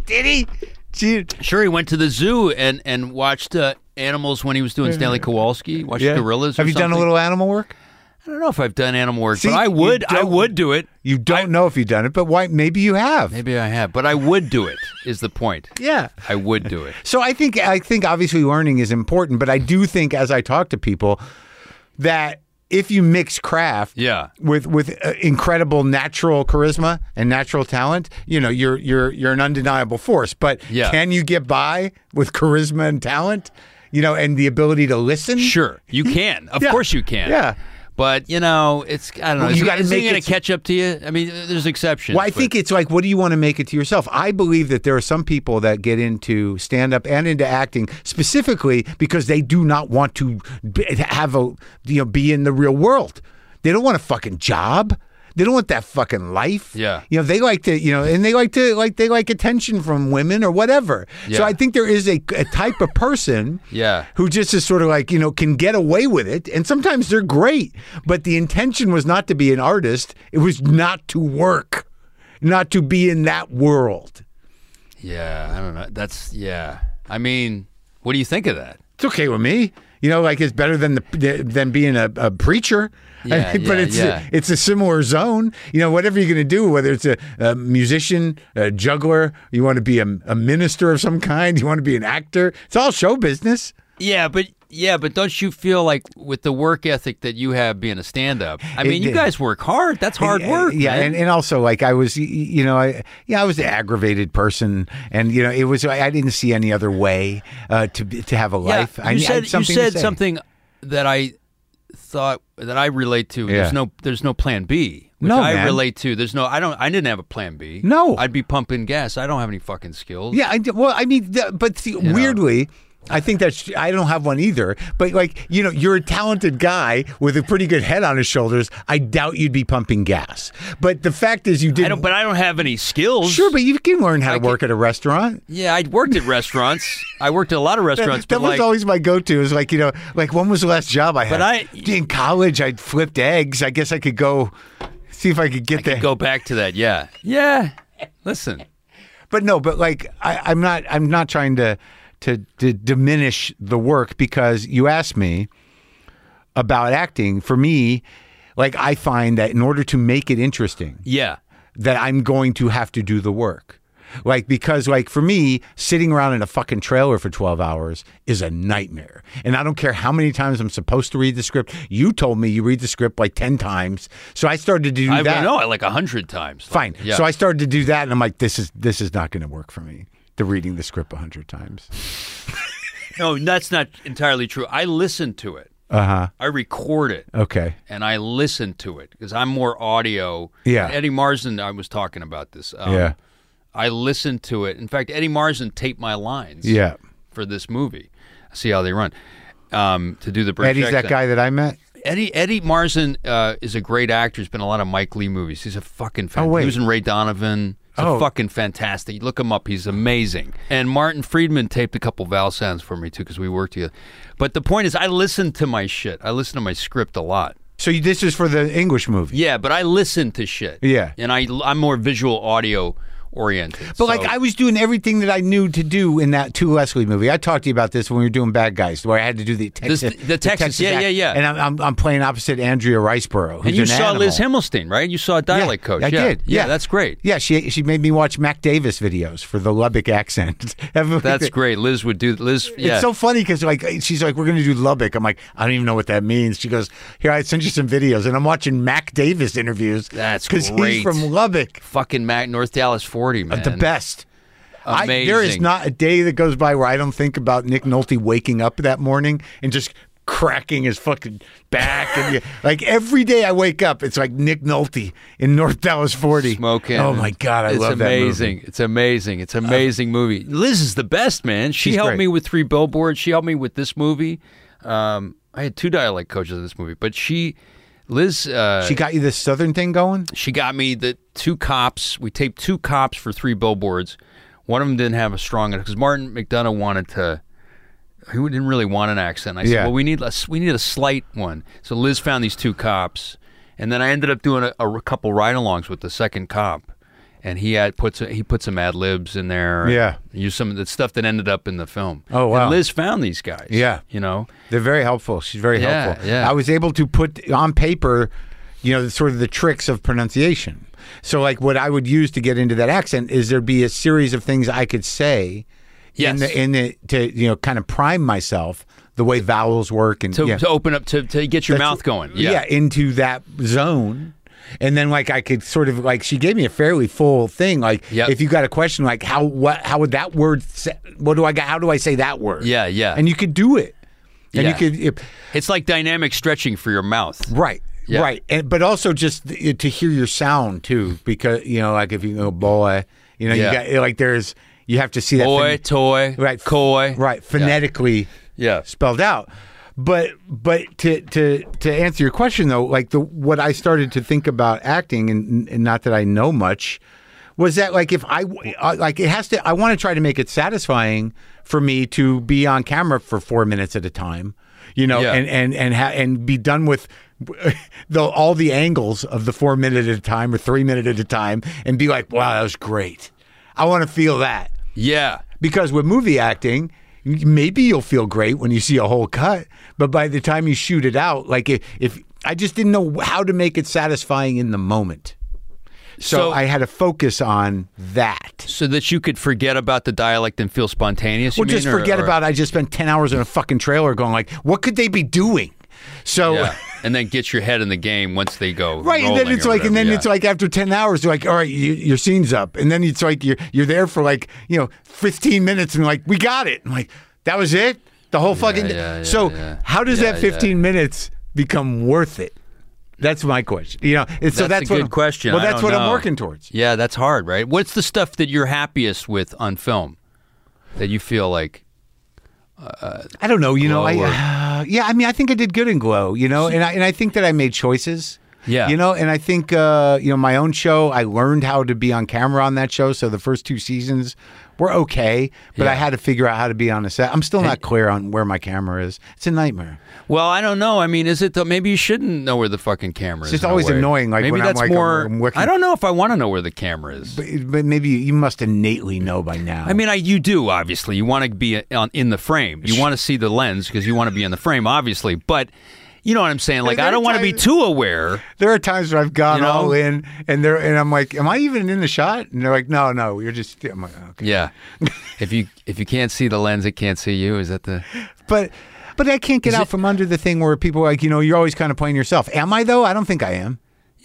A: Did he? Dude.
C: sure he went to the zoo and and watched uh, animals when he was doing Stanley Kowalski, watched gorillas. or
A: Mm-hmm. Have you done a
C: something.
A: little animal work?
C: I don't know if I've done animal work,
A: See,
C: but I
A: you
C: would I
A: don't-
C: would do it.
A: You don't know if you've done it, but why? Maybe you have.
C: Maybe I have, but I would do it. Is the point?
A: Yeah.
C: I would do it.
A: So I think I think obviously learning is important, but I do think as I talk to people that if you mix craft
C: Yeah.
A: with with uh, incredible natural charisma and natural talent, you know, you're you're you're an undeniable force, but
C: Yeah.
A: can you get by with charisma and talent? You know, and the ability to listen?
C: Sure, you can. Of
A: Yeah.
C: course, you can.
A: Yeah.
C: But you know, it's I don't know.
A: Well,
C: is
A: you
C: it-
A: gotta
C: is it
A: make
C: going
A: it-
C: to catch up to you? I mean, there's exceptions.
A: Well, I
C: but-
A: think it's like, what do you want to make it to yourself? I believe that there are some people that get into stand up and into acting specifically because they do not want to b- have a, you know, be in the real world. They don't want a fucking job. They don't want that fucking life.
C: Yeah.
A: You know, they like to, you know, and they like to, like, they like attention from women or whatever. So
C: Yeah.
A: I think there is a, a type of person
C: Yeah.
A: who just is sort of like, you know, can get away with it. And sometimes they're great, but the intention was not to be an artist, it was not to work, not to be in that world.
C: Yeah, I don't know. That's yeah. I mean, what do you think of that?
A: It's okay with me. You know, like it's better than the than being a, a preacher,
C: Yeah,
A: but
C: yeah,
A: it's
C: yeah.
A: it's a similar zone. You know, whatever you're going to do, whether it's a, a musician, a juggler, you want to be a, a minister of some kind, you want to be an actor. It's all show business.
C: Yeah, but yeah, but don't you feel like with the work ethic that you have being a stand-up? I mean, you
A: it-
C: guys work hard. That's hard
A: Yeah,
C: work.
A: Yeah,
C: man.
A: and, and also like I was, y- y- you know, I yeah, I was an aggravated person, and you know, it was I I didn't see any other way uh, to be- to have a
C: Yeah,
A: life.
C: You
A: I, ne- I
C: said
A: had something to
C: you said
A: say.
C: something that I thought that I relate to.
A: Yeah.
C: There's no there's no plan B. Which
A: No,
C: I
A: man.
C: relate to. There's no I don't I didn't have a plan B.
A: No.
C: I'd be pumping gas. I don't have any fucking skills.
A: Yeah, I d well, I mean, th- but see, weirdly. I think that's. I don't have one either. But like you know, you're a talented guy with a pretty good head on his shoulders. I doubt you'd be pumping gas. But the fact is, you didn't.
C: I don't but I don't have any skills.
A: sure, but you can learn how to work at a restaurant.
C: Yeah, I worked at restaurants. I worked at a lot of restaurants,
A: that
C: but
A: was
C: like
A: always my go-to. Is like you know, like when was the last job I had?
C: But I-
A: in college, I flipped eggs. I guess I could go see if I could get there.
C: go back to that. Yeah. Yeah. Listen.
A: But no, but like I, I'm not. I'm not trying to, to to diminish the work because you asked me about acting. For me, like I find that in order to make it interesting,
C: Yeah.
A: that I'm going to have to do the work. Like, because, like, for me, sitting around in a fucking trailer for 12 hours is a nightmare. And I don't care how many times I'm supposed to read the script. You told me you read the script like 10 times. So I started to do
C: I
A: that.
C: know it like a hundred times.
A: Fine.
C: Like, yeah.
A: So I started to do that. And I'm like, this is, this is not going to work for me. The reading the script a hundred times.
C: No, that's not entirely true. I listened to it. Uh huh. I record it
A: Uh-huh. Okay.
C: and I listen to it because I'm more audio.
A: Yeah.
C: Eddie Marsden, I was talking about this. Um,
A: Yeah.
C: I listened to it. In fact, Eddie Marsden taped my lines.
A: Yeah.
C: For this movie, see how they run. Um, to do the Bert
A: Eddie's that
C: Jackson.
A: guy that I met.
C: Eddie Eddie Marsden uh, is a great actor. He's been in a lot of Mike Lee movies. He's a fucking fan.
A: Oh, wait.
C: He was in Ray Donovan. He's
A: Oh.
C: a fucking fantastic. Look him up. He's amazing. And Martin Friedman taped a couple vowel sounds for me too because we worked together. But the point is, I listen to my shit. I listen to my script a lot.
A: So you, this is for the English movie.
C: Yeah, but I listen to shit.
A: Yeah.
C: and I I'm more visual audio oriented.
A: But like I was doing everything that I knew to do in that two Leslie movie. I talked to you about this when we were doing Bad Guys, where I had to do the Texas,
C: the Texas, yeah,
A: act.
C: yeah, yeah.
A: And I'm, I'm, I'm playing opposite Andrea Riceborough, who's
C: and you
A: an
C: saw
A: animal.
C: Liz Himmelstein, right? You saw a dialect coach.
A: I
C: yeah.
A: did. Yeah.
C: that's great.
A: Yeah, she she made me watch Mac Davis videos for the Lubbock accent. Everything-
C: That's great. Liz would do Liz. Yeah.
A: It's so funny because like she's like, we're gonna do Lubbock. I'm like, I don't even know what that means. She goes, here, I sent you some videos, and I'm watching Mac Davis interviews.
C: That's
A: he's
C: great.
A: from Lubbock,
C: fucking Mac North Dallas 40, man.
A: the best. I, there is
C: Amazing.
A: not a day that goes by where I don't think about Nick Nolte waking up that morning and just cracking his fucking back and like every day I wake up, it's like Nick Nolte in North Dallas 40
C: Smoking.
A: Oh my god, I
C: it's
A: love that movie. Uh,
C: amazing. It's amazing. It's an amazing movie. Liz is the best, man. She
A: she's
C: helped
A: great.
C: me with Three Billboards. She helped me with this movie. Um, I had two dialect coaches in this movie, but she, Liz, uh,
A: She got you this southern thing going.
C: she got me the two cops. We taped two cops for three billboards. One of them didn't have a strong because Martin McDonough wanted to. He didn't really want an accent. I said,
A: Yeah.
C: "Well, we need a, we need a slight one." So Liz found these two cops, and then I ended up doing a, a couple ride-alongs with the second cop, and he had puts he put some ad libs in there. and
A: Yeah.
C: used some of the stuff that ended up in the film.
A: Oh, wow.
C: And Liz found these guys.
A: Yeah.
C: you know,
A: They're very helpful. She's very
C: Yeah,
A: helpful.
C: yeah.
A: I was able to put on paper, you know, sort of the tricks of pronunciation. So, like, what I would use to get into that accent is there'd be a series of things I could say, in
C: Yes.
A: the in the to you know kind of prime myself the way vowels work and
C: to,
A: yeah,
C: to open up to to get your
A: That's-
C: mouth going.
A: yeah, into that zone. And then, like, I could sort of like she gave me a fairly full thing. Like,
C: Yep.
A: if you got a question, like, how what how would that word? Say, what do I got? How do I say that word?
C: Yeah, yeah.
A: And you could do it. And
C: Yeah.
A: you could. It,
C: It's like dynamic stretching for your mouth.
A: Right.
C: Yeah.
A: Right. And, but also just th- to hear your sound too, because you know, like if you go boy, you know,
C: Yeah.
A: you got like there's you have to see that
C: Boy,
A: thing-
C: toy,
A: right,
C: coy.
A: right, phonetically
C: Yeah.
A: spelled out. But but to to to answer your question though, like the what I started to think about acting, and, and not that I know much, was that like if I uh, like it has to, I want to try to make it satisfying for me to be on camera for four minutes at a time, you know,
C: Yeah.
A: and and and ha- and be done with. The, all the angles of the four minute at a time or three minute at a time, and be like, wow, that was great. I want to feel that.
C: Yeah.
A: Because with movie acting, maybe you'll feel great when you see a whole cut, but by the time you shoot it out, like if, if I just didn't know how to make it satisfying in the moment. So,
C: So-
A: I had to focus on that.
C: So that you could forget about the dialect and feel spontaneous. you
A: Well, just
C: mean, or-
A: forget
C: or-
A: about I just spent 10 hours in a fucking trailer going like, what could they be doing? So
C: Yeah. and then get your head in the game once they go.
A: Right, and then
C: rolling
A: it's
C: or
A: like, and then
C: whatever,
A: it's
C: yeah.
A: like after ten hours, you're like, all right, you, your scene's up, and then it's like you're you're there for like you know fifteen minutes, and like we got it, and like that was it, the whole fucking. d-
C: yeah, yeah,
A: so
C: yeah.
A: how does
C: Yeah,
A: that fifteen minutes become worth it? That's my question. You know, and so that's
C: That's a
A: what
C: good
A: I'm-
C: question.
A: Well,
C: I
A: that's
C: don't
A: what I'm
C: know.
A: working towards.
C: Yeah, that's hard, right? What's the stuff that you're happiest with on film that you feel like?
A: I don't know. You know, I
C: Glow
A: uh, yeah. I mean, I think I did good in Glow. You know, and I and I think that I made choices.
C: Yeah.
A: You know, and I think uh, you know my own show. I learned how to be on camera on that show. So the first two seasons were okay, but I had to figure out how to be on a set. I'm still not clear on where my camera is. It's a nightmare.
C: Well, I don't know. I mean, is it that maybe you shouldn't know where the fucking camera is?
A: just
C: in a
A: always
C: way.
A: annoying, like,
C: maybe
A: when I'm,
C: that's
A: like,
C: more.
A: I'm working-
C: I don't know if I want to know where the camera is.
A: But, but maybe you must innately know by now.
C: I mean, I you do obviously. You want to be uh, on, in the frame. You want to see the lens because you want to be in the frame, obviously. But you know what I'm saying? Like,
A: there
C: I don't want to be
A: times-
C: too aware.
A: there are times where I've gone
C: You know?
A: all in, and they're and I'm like, am I even in the shot? And they're like, no, no, you're just. I'm like, okay.
C: Yeah. if you if you can't see the lens, it can't see you. Is that the?
A: But but I can't get out
C: it-
A: from under the thing where people are like, you know, you're always kind of playing yourself. Am I though? I don't think I am.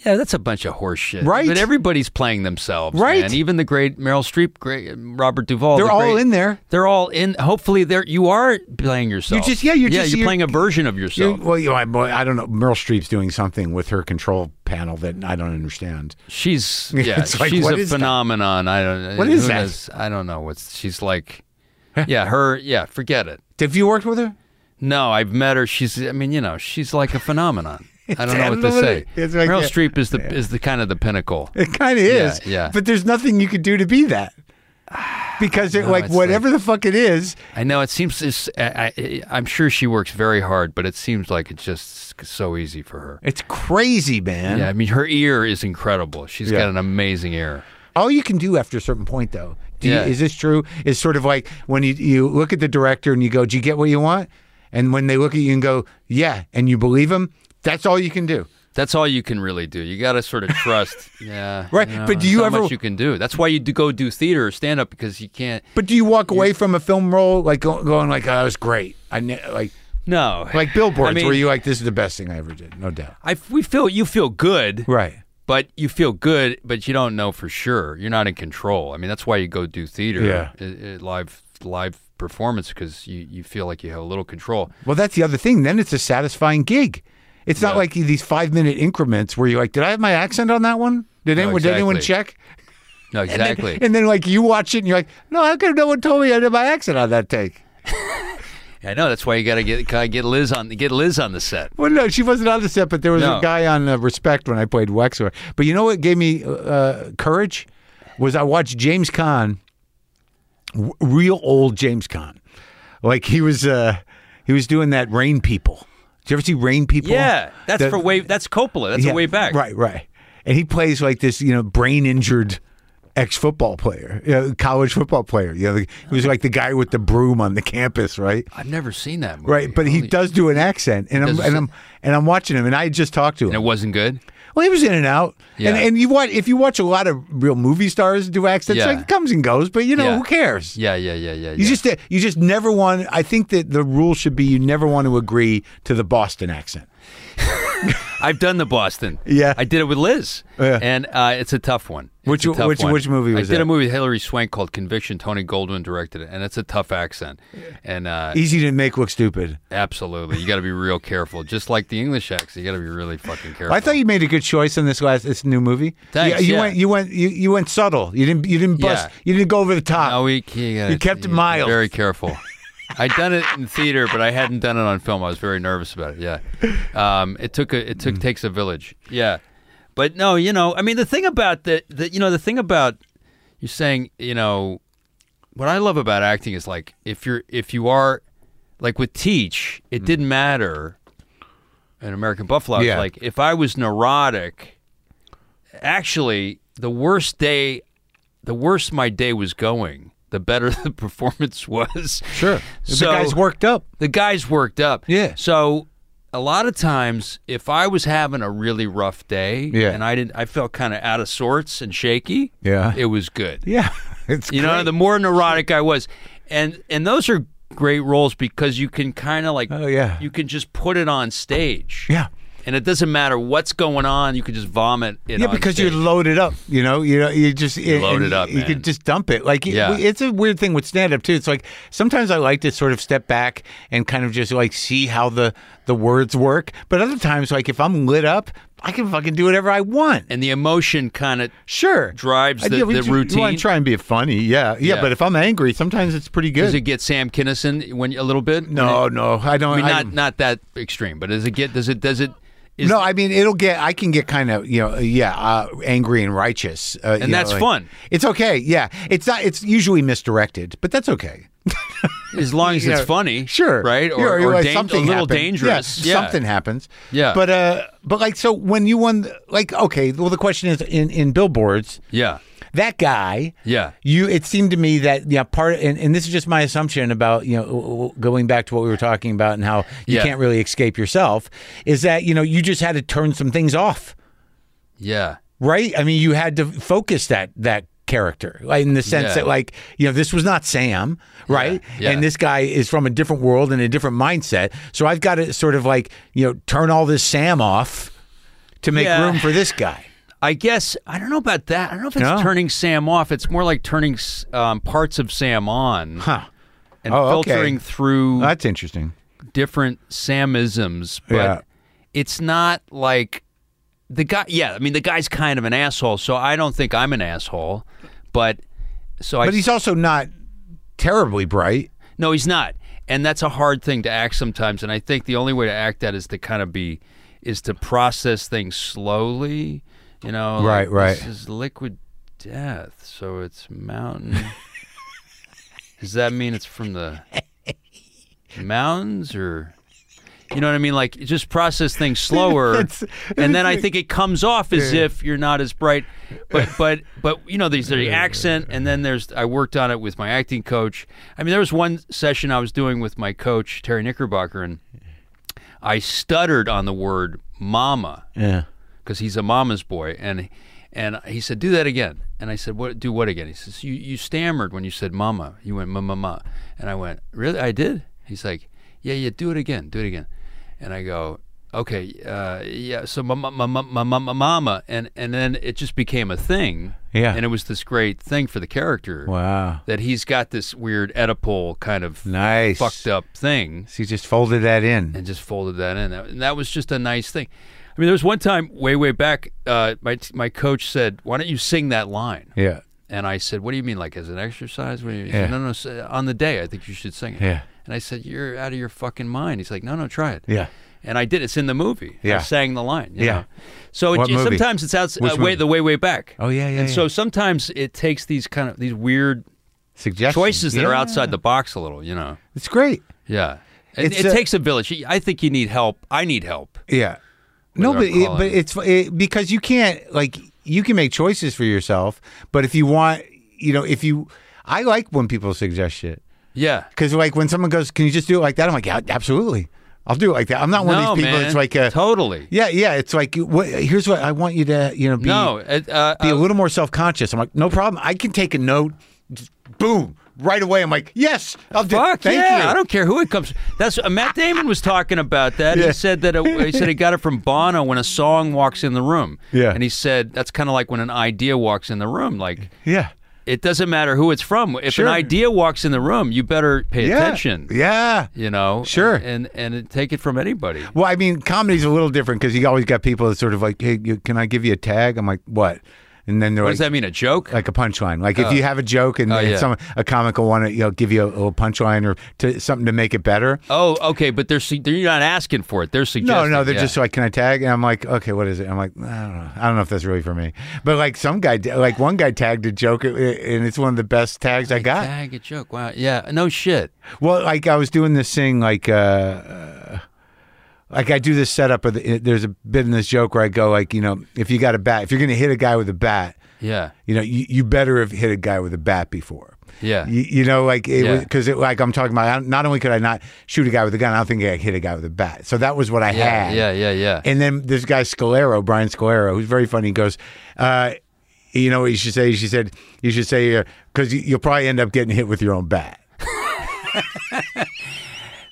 C: Yeah, that's a bunch of horse shit.
A: Right.
C: But everybody's playing themselves.
A: Right.
C: And even the great Meryl Streep, great uh, Robert Duvall.
A: They're
C: the
A: all
C: great-
A: in there.
C: They're all in. Hopefully, there you are playing yourself.
A: just- yeah, you're
C: yeah,
A: just-
C: you're,
A: you're-
C: playing a version of yourself.
A: well, you know, I, I don't know. Meryl Streep's doing something with her control panel that I don't understand.
C: she's yeah,
A: It's like,
C: she's
A: what
C: a
A: is that?
C: phenomenon. I don't.
A: What is
C: who
A: that?
C: knows? I don't know. What's she's like? Yeah, her. Yeah, forget it.
A: Have you worked with her?
C: No, I've met her. She's. I mean, you know, she's like a phenomenon. I don't
A: I
C: know
A: don't
C: what
A: know
C: to
A: what
C: say.
A: it- it's like,
C: Meryl
A: yeah.
C: Streep is the is the kind of the pinnacle.
A: It kind of is.
C: yeah.
A: But there's nothing you could do to be that. Because it, like
C: it's
A: whatever the fuck it is,
C: I know it seems. It's, I, I, I'm sure she works very hard, but it seems like it's just so easy for her.
A: it's crazy, man.
C: Yeah, I mean, her ear is incredible. She's
A: Yeah.
C: got an amazing ear.
A: All you can do after a certain point, though, do you-
C: Yeah.
A: is this true? Is sort of like when you, you look at the director and you go, "Do you get what you want?" And when they look at you and go, "Yeah," and you believe them, that's all you can do.
C: That's all you can really do. You got to sort of trust. yeah,
A: Right, but do
C: that's
A: you
C: not
A: ever-
C: Much you can do. That's why you do go do theater or stand up because you can't.
A: But do you walk away from a film role like go- going like, "Oh, that was great," I ne- like
C: No,
A: like billboards
C: I mean,
A: where you like, "This is the best thing I ever did," no doubt.
C: I, we feel you feel good,
A: Right.
C: but you feel good, but you don't know for sure. You're not in control. I mean, that's why you go do theater.
A: Yeah.
C: i- i- live live performance because you you feel like you have a little control.
A: Well, that's the other thing. Then it's a satisfying gig. It's not like these five minute increments where you're like, did I have my accent on that one? Did, anyone, did anyone
C: exactly.
A: check?
C: No, exactly.
A: And then like you watch it and you're like, no, how come no one told me I did my accent on that take?
C: I know that's why you gotta get gotta get Liz on get Liz on the set.
A: Well, no, she wasn't on the set, but there was a
C: No.
A: guy on uh, Respect when I played Wexler. But you know what gave me uh, courage was I watched James Caan, w- real old James Caan, like he was uh, he was doing that Rain People. Did you ever see Rain People? The-
C: way that's Coppola. That's
A: Yeah, Right, right. And he plays like this, you know, brain injured ex football player, you know, college football player. You know, the- he was like the guy with the broom on the campus, right?
C: I've never seen that movie.
A: Right, but he
C: Holy-
A: does do an accent, and I'm
C: Oh, Does-
A: and I'm and I'm watching him, and I had just talked to
C: and it
A: him.
C: wasn't good.
A: Well, he was in and out,
C: Yeah.
A: and and you watch if you watch a lot of real movie stars do accents,
C: Yeah.
A: like it comes and goes, but you know
C: Yeah.
A: who cares?
C: Yeah, yeah, yeah, yeah.
A: You
C: yeah.
A: just you just never want. I think that the rule should be you never want to agree to the Boston accent.
C: I've done the Boston.
A: Yeah.
C: I did it with Liz.
A: Yeah.
C: And uh, it's a tough one. It's
A: Which-
C: a tough
A: which-
C: one.
A: which movie was
C: I did
A: that?
C: a movie with Hilary Swank called Conviction. Tony Goldwyn directed it, and it's a tough accent. And uh,
A: Easy to make look stupid.
C: absolutely, you got to be real careful. Just like the English accent, you got to be really fucking careful.
A: I thought you made a good choice on this last this new movie.
C: Thanks,
A: you
C: yeah.
A: went you went you, you went subtle. You didn't you didn't bust.
C: Yeah.
A: You didn't go over the top.
C: No, we you, gotta-
A: You kept it
C: gotta be
A: mild.
C: Very careful. I'd done it in theater, but I hadn't done it on film. I was very nervous about it. Yeah, um, it took a, it
A: Mm.
C: took takes a village. Yeah, but no, you know, I mean, the thing about the, the you know the thing about you're saying, you know, what I love about acting is like if you're if you are like with Teach, it didn't matter. In American Buffalo, it's
A: Mm. Yeah.
C: like if I was neurotic, actually, the worst day the worse my day was going, the better the performance was.
A: sure.
C: So
A: the guy's worked up.
C: The guys worked up.
A: Yeah.
C: So a lot of times, if I was having a really rough day,
A: Yeah.
C: and I didn't, I felt kind of out of sorts and shaky.
A: Yeah.
C: It was good.
A: Yeah. It's
C: You know, the more neurotic I was, and and those are great roles because you can kind of like,
A: Oh, yeah.
C: you can just put it on stage.
A: Yeah.
C: And it doesn't matter what's going on; you can just vomit it.
A: yeah
C: on
A: because
C: stage.
A: you're loaded up. You know you know you just you
C: load it up,
A: You
C: man.
A: could just dump it. Like it-
C: Yeah.
A: it's a weird thing with stand up too. It's like sometimes I like to sort of step back and kind of just like see how the the words work. But other times, like if I'm lit up, I can fucking do whatever I want.
C: and the emotion kind of
A: Sure.
C: drives
A: Uh,
C: the-
A: we
C: the
A: ju- You want
C: routine.
A: to try and be funny, yeah. yeah.
C: Yeah.
A: but if I'm angry, sometimes it's pretty good.
C: Does it get Sam Kinison when a little bit?
A: no, no, I don't.
C: I mean,
A: I-
C: not not that extreme, but does it get? Does it? Does it? Is,
A: no, I mean it'll get. I can get kind of you know, yeah, uh, angry and righteous, uh, you know,
C: that's
A: like-
C: fun.
A: It's okay. Yeah, it's not. It's usually misdirected, but that's okay.
C: as long as it's
A: Yeah.
C: funny,
A: Sure,
C: right?
A: Yeah,
C: Or, or
A: like
C: dan-
A: something
C: a little
A: happened.
C: dangerous.
A: Yeah,
C: Yeah.
A: something happens.
C: Yeah.
A: but uh, but like so when you won, the- like okay, well the question is in in billboards,
C: Yeah,
A: that guy,
C: yeah.
A: you it seemed to me that yeah part and, and this is just my assumption about you know w- w- going back to what we were talking about and how you
C: Yeah.
A: can't really escape yourself is that you know you just had to turn some things off
C: yeah.
A: right i mean you had to focus that that character like, in the sense
C: Yeah.
A: that like you know this was not sam right
C: Yeah, yeah.
A: and this guy is from a different world and a different mindset so i've got to sort of like you know turn all this sam off to make
C: Yeah.
A: room for this guy.
C: I guess I don't know about that. I don't know if it's
A: No.
C: turning Sam off. It's more like turning s- um, parts of Sam on
A: Huh.
C: and
A: Oh, okay.
C: filtering through
A: That's interesting.
C: different Samisms. But
A: Yeah.
C: it's not like the guy. Yeah, I mean the guy's kind of an asshole. So I don't think I'm an asshole. But so I
A: But he's also not terribly bright.
C: No, he's not. And that's a hard thing to act sometimes. And I think the only way to act that is to kind of be, is to process things slowly. You know,
A: Right, right.
C: This is liquid death, so it's mountain. Does that mean it's from the mountains or? You know what I mean? Like just process things slower,
A: That's-
C: and then I think it comes off as if you're not as bright. But but but you know, there's the accent, and then there's I worked on it with my acting coach. I mean, there was one session I was doing with my coach Terry Knickerbocker, and I stuttered on the word "mama"
A: Yeah.
C: because he's a mama's boy, and and he said, "Do that again." And I said, "What? Do what again?" He says, "You you stammered when you said mama. You went ma ma ma." And I went, "Really? I did?" He's like, "Yeah, yeah. Do it again. Do it again." And I go, "Okay, uh, yeah." So ma ma ma ma ma ma- ma- mama, and and then it just became a thing.
A: Yeah.
C: And it was this great thing for the character.
A: Wow.
C: That he's got this weird Oedipal kind of
A: Nice.
C: fucked up thing
A: So he just folded that in.
C: and just folded that in. That- And that was just a nice thing. I mean, there was one time way, way back, uh, my, my coach said, Why don't you sing that line?
A: Yeah.
C: And I said, What do you mean, like as an exercise? What do you mean? He
A: Yeah.
C: said, no, no, s- on the day, I think you should sing it.
A: Yeah.
C: And I said, You're out of your fucking mind. He's like, No, no, try it.
A: Yeah.
C: And I did. It's in the movie.
A: Yeah.
C: I sang the line. you
A: Yeah.
C: know. So it,
A: What
C: it-
A: movie?
C: sometimes it's out
A: Which
C: uh, way,
A: movie?
C: the way, way back.
A: Oh, yeah, yeah,
C: And
A: yeah.
C: so sometimes it takes these kind of these weird
A: Suggestions.
C: choices that are
A: Yeah.
C: outside the box a little, you know.
A: It's great.
C: Yeah. It,
A: It's
C: it
A: a-
C: takes a village. I think you need help. I need help.
A: Yeah. No,
C: our
A: but it,
C: calling.
A: but it's it, because you can't like you can make choices for yourself, but if you want, you know, if you, I like when people suggest shit
C: Yeah.
A: because like when someone goes, "Can you just do it like that?" I'm like, "Yeah, absolutely, I'll do it like that." I'm not one
C: no,
A: of these people.
C: man.
A: that's like a,
C: totally.
A: yeah, yeah. It's like what, here's what I want you to you know be
C: no. it- uh,
A: be
C: uh,
A: a little more self conscious. I'm like, no problem. I can take a note, just boom, right away. I'm like, yes, I'll do.
C: fuck
A: Thank
C: yeah.
A: you.
C: I don't care who it comes. That's uh, Matt Damon was talking about that.
A: Yeah.
C: He said that it, he said he got it from Bono when a song walks in the room.
A: Yeah.
C: And he said that's kind of like when an idea walks in the room. Like
A: yeah.
C: it doesn't matter who it's from. If
A: Sure.
C: an idea walks in the room, you better pay
A: Yeah.
C: attention.
A: Yeah.
C: You know.
A: Sure.
C: And and, and take it from anybody.
A: Well, I mean, comedy's a little different because you always got people that sort of like, hey, you, can I give you a tag? I'm like, what? And then they're
C: What
A: like,
C: does that mean? A joke?
A: like a punchline. Like if you have a joke and,
C: Oh,
A: and
C: yeah.
A: some a comic will want to you know give you a little punchline or to, something to make it better.
C: oh, okay. But they're, su- they're you're not asking for it. They're
A: No,
C: suggesting.
A: no, they're
C: yeah.
A: just like, can I tag? And I'm like, okay, what is it? I'm like, I don't know. I don't know if that's really for me. But like some guy, like one guy tagged a joke, uh, and it's one of the best tags I got.
C: Tag a joke. Wow. Yeah. No shit.
A: Well, like I was doing this thing, like, uh, uh, like I do this setup. Of the, there's a bit in this joke where I go, like, you know, if you got a bat, if you're going to hit a guy with a bat,
C: Yeah.
A: you know, you, you better have hit a guy with a bat before.
C: Yeah.
A: You, you know, like,
C: Yeah.
A: because it, like I'm talking about, I don't- not only could I not shoot a guy with a gun, I don't think I hit a guy with a bat. So that was what I
C: Yeah,
A: had.
C: yeah, yeah, yeah.
A: And then this guy Scalero, Brian Scalero, who's very funny, goes, uh, you know what you should say? You should said you should say because you, you'll probably end up getting hit with your own bat.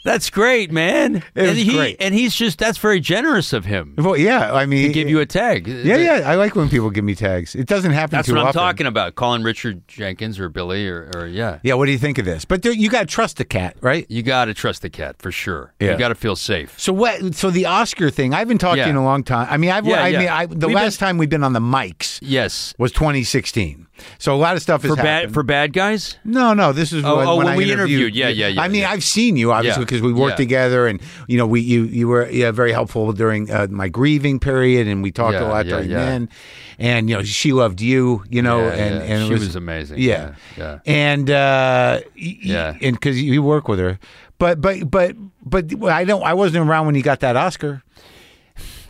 C: That's great, man.
A: It
C: and
A: was
C: he,
A: great.
C: And he's just that's very generous of him.
A: Well, yeah, I mean,
C: Give you a tag.
A: yeah, yeah. I like when people give me tags. It doesn't happen
C: That's
A: too
C: what I'm
A: often.
C: talking about. Calling Richard Jenkins or Billy or, or yeah.
A: Yeah, what do you think of this? But there, you got to trust the cat, right?
C: You got to trust the cat for sure.
A: Yeah.
C: You got to feel safe.
A: So what? So the Oscar thing, I haven't talked to
C: Yeah.
A: you in a long time. I mean, I've,
C: Yeah,
A: I
C: yeah.
A: mean, I, the
C: We've
A: last time we've been on the mics
C: Yes.
A: was 2016. So a lot of stuff has
C: For bad
A: happened.
C: for bad guys?
A: No, no. This is
C: Oh,
A: when,
C: oh,
A: when
C: when
A: I
C: we
A: interviewed.
C: interviewed. Yeah, yeah, yeah,
A: I mean,
C: yeah.
A: I've seen you obviously
C: Yeah,
A: because we worked
C: yeah.
A: together, and you know, we you you were yeah, very helpful during uh, my grieving period, and we talked a
C: Yeah,
A: lot
C: yeah,
A: during
C: yeah.
A: then. And you know, she loved you, you know,
C: Yeah,
A: and
C: yeah.
A: and it
C: She was amazing.
A: Yeah,
C: Yeah,
A: and uh, y-
C: Yeah.
A: y- and because you work with her, but but but but I don't. I wasn't around when you got that Oscar.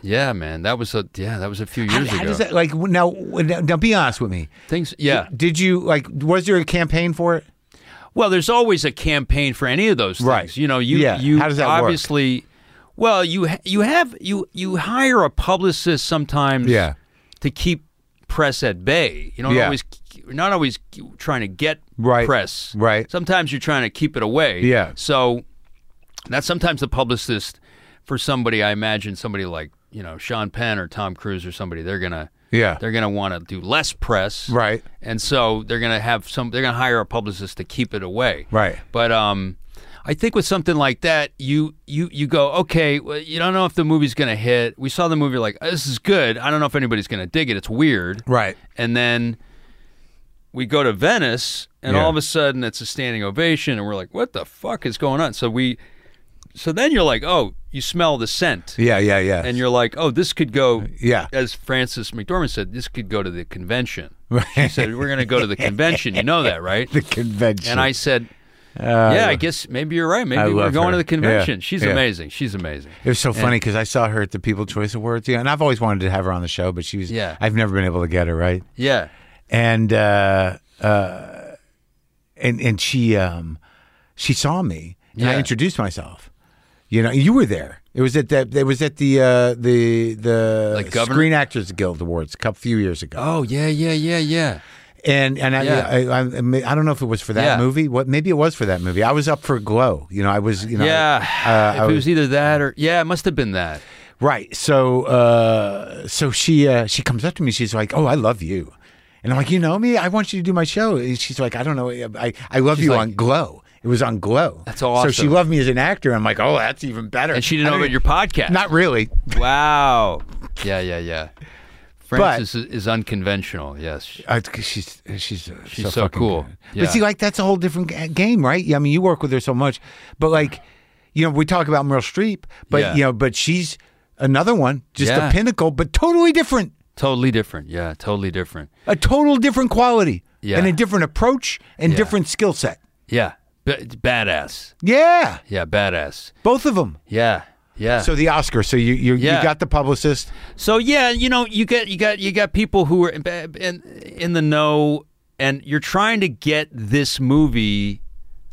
C: Yeah, man. That was a yeah, that was a few
A: How,
C: years
A: how
C: ago.
A: does that like now? Now, be honest with me.
C: Things yeah.
A: Did you like? Was there a campaign for it?
C: Well, there's always a campaign for any of those things.
A: Right.
C: You know, you
A: Yeah.
C: you
A: How does that work?
C: obviously well, you ha- you have you you hire a publicist sometimes
A: Yeah.
C: to keep press at bay. You don't
A: Yeah.
C: always you're not always trying to get
A: Right.
C: press.
A: Right.
C: Sometimes you're trying to keep it away.
A: Yeah.
C: So that's sometimes the publicist for somebody I imagine somebody like you know Sean Penn or Tom Cruise or somebody, they're gonna
A: Yeah.
C: they're gonna want to do less press,
A: Right.
C: And so they're gonna have some. They're gonna hire a publicist to keep it away,
A: Right.
C: But um, I think with something like that, you you you go okay. Well, you don't know if the movie's gonna hit. We saw the movie like this is good. I don't know if anybody's gonna dig it. It's weird,
A: Right.
C: and then we go to Venice, and
A: Yeah.
C: all of a sudden it's a standing ovation, and we're like, "What the fuck is going on?" So we, so then you're like, "Oh, you smell the scent,"
A: Yeah, yeah, yeah.
C: and you're like, "Oh, this could go."
A: Yeah.
C: As Frances McDormand said, this could go to the convention. She said, "We're going to go to the convention." You know that, right?
A: the convention.
C: And I said, "Yeah, I guess maybe you're right. Maybe we're
A: Uh, love
C: going
A: her.
C: to the convention."
A: Yeah.
C: She's
A: Yeah.
C: amazing. She's amazing.
A: It was so funny because I saw her at the People Choice Awards, yeah, and I've always wanted to have her on the show, but she was.
C: Yeah.
A: I've never been able to get her right,
C: Yeah.
A: and uh, uh, and and she um, she saw me, and I
C: Yeah.
A: introduced myself. You know, you were there. It was at that. It was at the uh, the the
C: Like governor-
A: Screen Actors Guild Awards a couple few years ago,
C: Oh yeah, yeah, yeah, yeah.
A: and and I,
C: Yeah.
A: I, I I don't know if it was for that
C: Yeah.
A: movie. What maybe it was for that movie. I was up for Glow. You know, I was. You know,
C: yeah.
A: I
C: if it was either that or yeah, it must have been that.
A: Right. So uh, so she uh, she comes up to me. She's like, "Oh, I love you," and I'm like, "You know me. I want you to do my show." And she's like, "I don't know. I I love you
C: like-
A: on Glow. It was on Glow.
C: That's
A: So she
C: awesome.
A: loved me as an actor. I'm like, "Oh, that's even better."
C: And she didn't
A: I
C: know about
A: didn't-
C: your podcast.
A: Not really.
C: wow. Yeah, yeah, yeah. Francis is, is unconventional. Yes.
A: Uh, it's 'cause she's she's uh,
C: She's so
A: fucking
C: cool.
A: good.
C: Yeah.
A: But see, like that's a whole different ga- game, right? Yeah, I mean, you work with her so much, but like, you know, we talk about Meryl Streep, but
C: Yeah.
A: you know, but she's another one, just
C: Yeah.
A: a pinnacle, but totally different.
C: Totally different. Yeah, totally different.
A: a total different quality
C: Yeah.
A: and a different approach and
C: Yeah.
A: different skill set.
C: Yeah. B- badass.
A: Yeah,
C: Yeah, badass.
A: both of them.
C: Yeah. Yeah.
A: So the Oscar. So you you,
C: Yeah.
A: you got the publicist.
C: So yeah, you know, you got you got you got people who are in, in in the know, and you're trying to get this movie,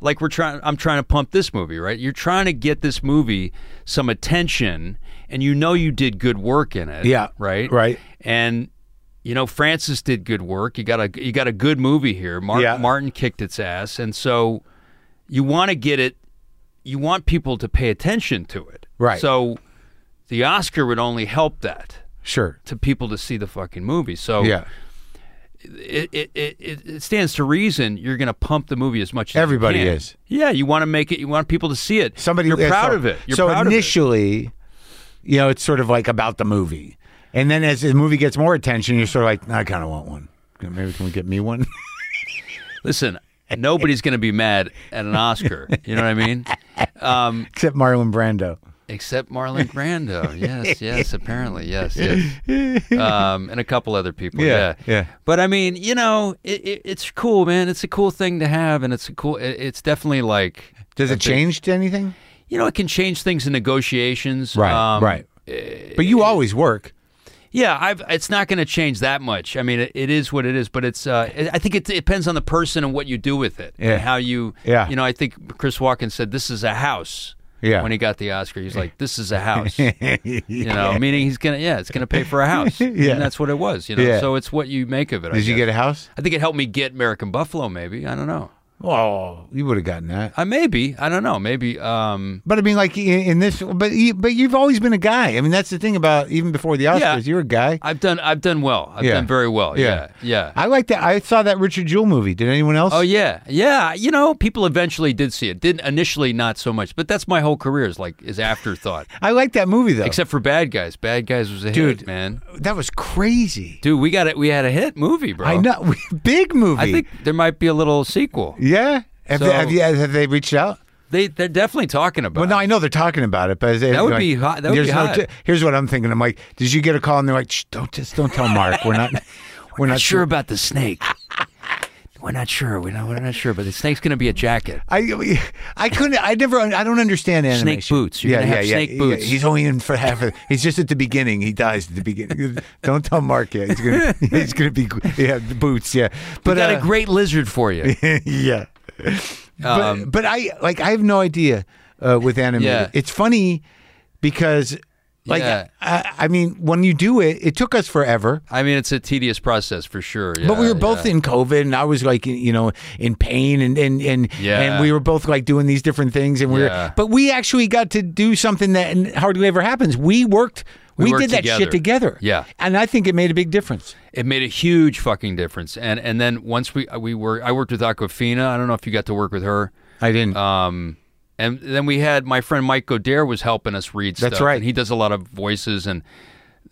C: like we're trying. I'm trying to pump this movie, right? You're trying to get this movie some attention, and you know you did good work in it.
A: Yeah,
C: right,
A: right.
C: And you know Francis did good work. You got a you got a good movie here. Mar-
A: Yeah.
C: Martin kicked its ass, and so you want to get it. You want people to pay attention to it,
A: Right.
C: So the Oscar would only help that
A: Sure.
C: to people to see the fucking movie. So
A: Yeah.
C: it, it, it, it it stands to reason you're going to pump the movie as much as you
A: Everybody
C: can.
A: is.
C: Yeah, you want to make it. You want people to see it.
A: Somebody.
C: you're
A: yeah,
C: proud
A: so,
C: of it. You're
A: so
C: proud
A: initially, you know, it's sort of like about the movie, and then as the movie gets more attention, you're sort of like, I kind of want one. Maybe can we get me one?
C: of it. Listen, nobody's going to be mad at an Oscar. You know what I mean? Um,
A: Except Marlon Brando.
C: except Marlon Brando. Yes, yes. Apparently, yes, yes. Um, and a couple other people.
A: Yeah,
C: Yeah,
A: yeah.
C: But I mean, you know, it, it, it's cool, man. It's a cool thing to have, and it's a cool. It, it's definitely like
A: Does it change to anything?
C: you know, it can change things in negotiations.
A: Right.
C: Um,
A: right. Eh. but you always work.
C: Yeah, I've, it's not going to change that much. I mean, it, it is what it is, but it's. Uh, it, I think it, it depends on the person and what you do with it
A: Yeah.
C: and how you.
A: Yeah.
C: You know, I think Chris Walken said this is a house.
A: Yeah.
C: When he got the Oscar, he's like, "This is a house," you know, meaning he's gonna, yeah, it's gonna pay for a house,
A: Yeah.
C: and that's what it was, you know.
A: Yeah.
C: So it's what you make of it. I
A: Did you
C: guess.
A: get a house?
C: I think it helped me get American Buffalo. Maybe I don't know.
A: Oh, you would have gotten that.
C: I maybe I don't know. Maybe um,
A: But I mean, like in, in this, but you, but you've always been a guy. I mean, that's the thing about even before the Oscars,
C: Yeah.
A: you're a guy.
C: I've done I've done well. I've
A: Yeah.
C: done very well.
A: Yeah.
C: yeah. yeah.
A: I like that. I saw that Richard Jewell movie. Did anyone else?
C: Oh yeah, yeah. You know, people eventually did see it. Didn't initially not so much, but that's my whole career is like is afterthought.
A: I like that movie though.
C: Except for Bad Guys. Bad Guys was a
A: Dude.
C: hit, man.
A: that was crazy.
C: Dude, we got it. We had a hit movie, bro.
A: I know, big movie.
C: Oh. I think there might be a little sequel.
A: Yeah. Have,
C: So-
A: they, have, you, have they reached out?
C: They they're definitely talking about.
A: Well, no,
C: it.
A: I know they're talking about it, but is it-
C: That would
A: like,
C: be hot- that would
A: there's
C: be
A: no
C: hot.
A: t- here's what I'm thinking. I'm like, did you get a call? And they're like, Shh, don't just don't tell Mark. We're not. we're not
C: sure about the snake. we're not sure. We're not, we're not sure, but the snake's gonna be a jacket.
A: I I couldn't. I never. I don't understand animation.
C: boots. You're gonna have snake boots.
A: He's only in for half. Of, he's just at the beginning. He dies at the beginning. don't tell Mark yet. He's gonna. he's gonna be. Yeah, the boots. Yeah,
C: We
A: but
C: got
A: uh,
C: a great lizard for you.
A: yeah. but, but I like. I have no idea uh, with animated.
C: Um, Yeah.
A: It's funny because, like,
C: Yeah.
A: I, I mean, when you do it, it took us forever.
C: I mean, it's a tedious process for sure.
A: But we
C: Yeah,
A: were both
C: yeah.
A: in COVID, and I was like, you know, in pain, and and and,
C: Yeah.
A: and we were both like doing these different things, and we
C: Yeah.
A: were. But we actually got to do something that hardly ever happens. We worked
C: We
D: We,
C: worked
D: did that
C: together.
D: shit together.
C: Yeah.
D: And I think it made a big difference.
C: It made a huge fucking difference. And and then once we we were I worked with Aquafina. I don't know if you got to work with her.
A: I didn't.
C: Um, and then we had my friend Mike Godare was helping us read stuff.
A: That's right.
C: And he does a lot of voices and.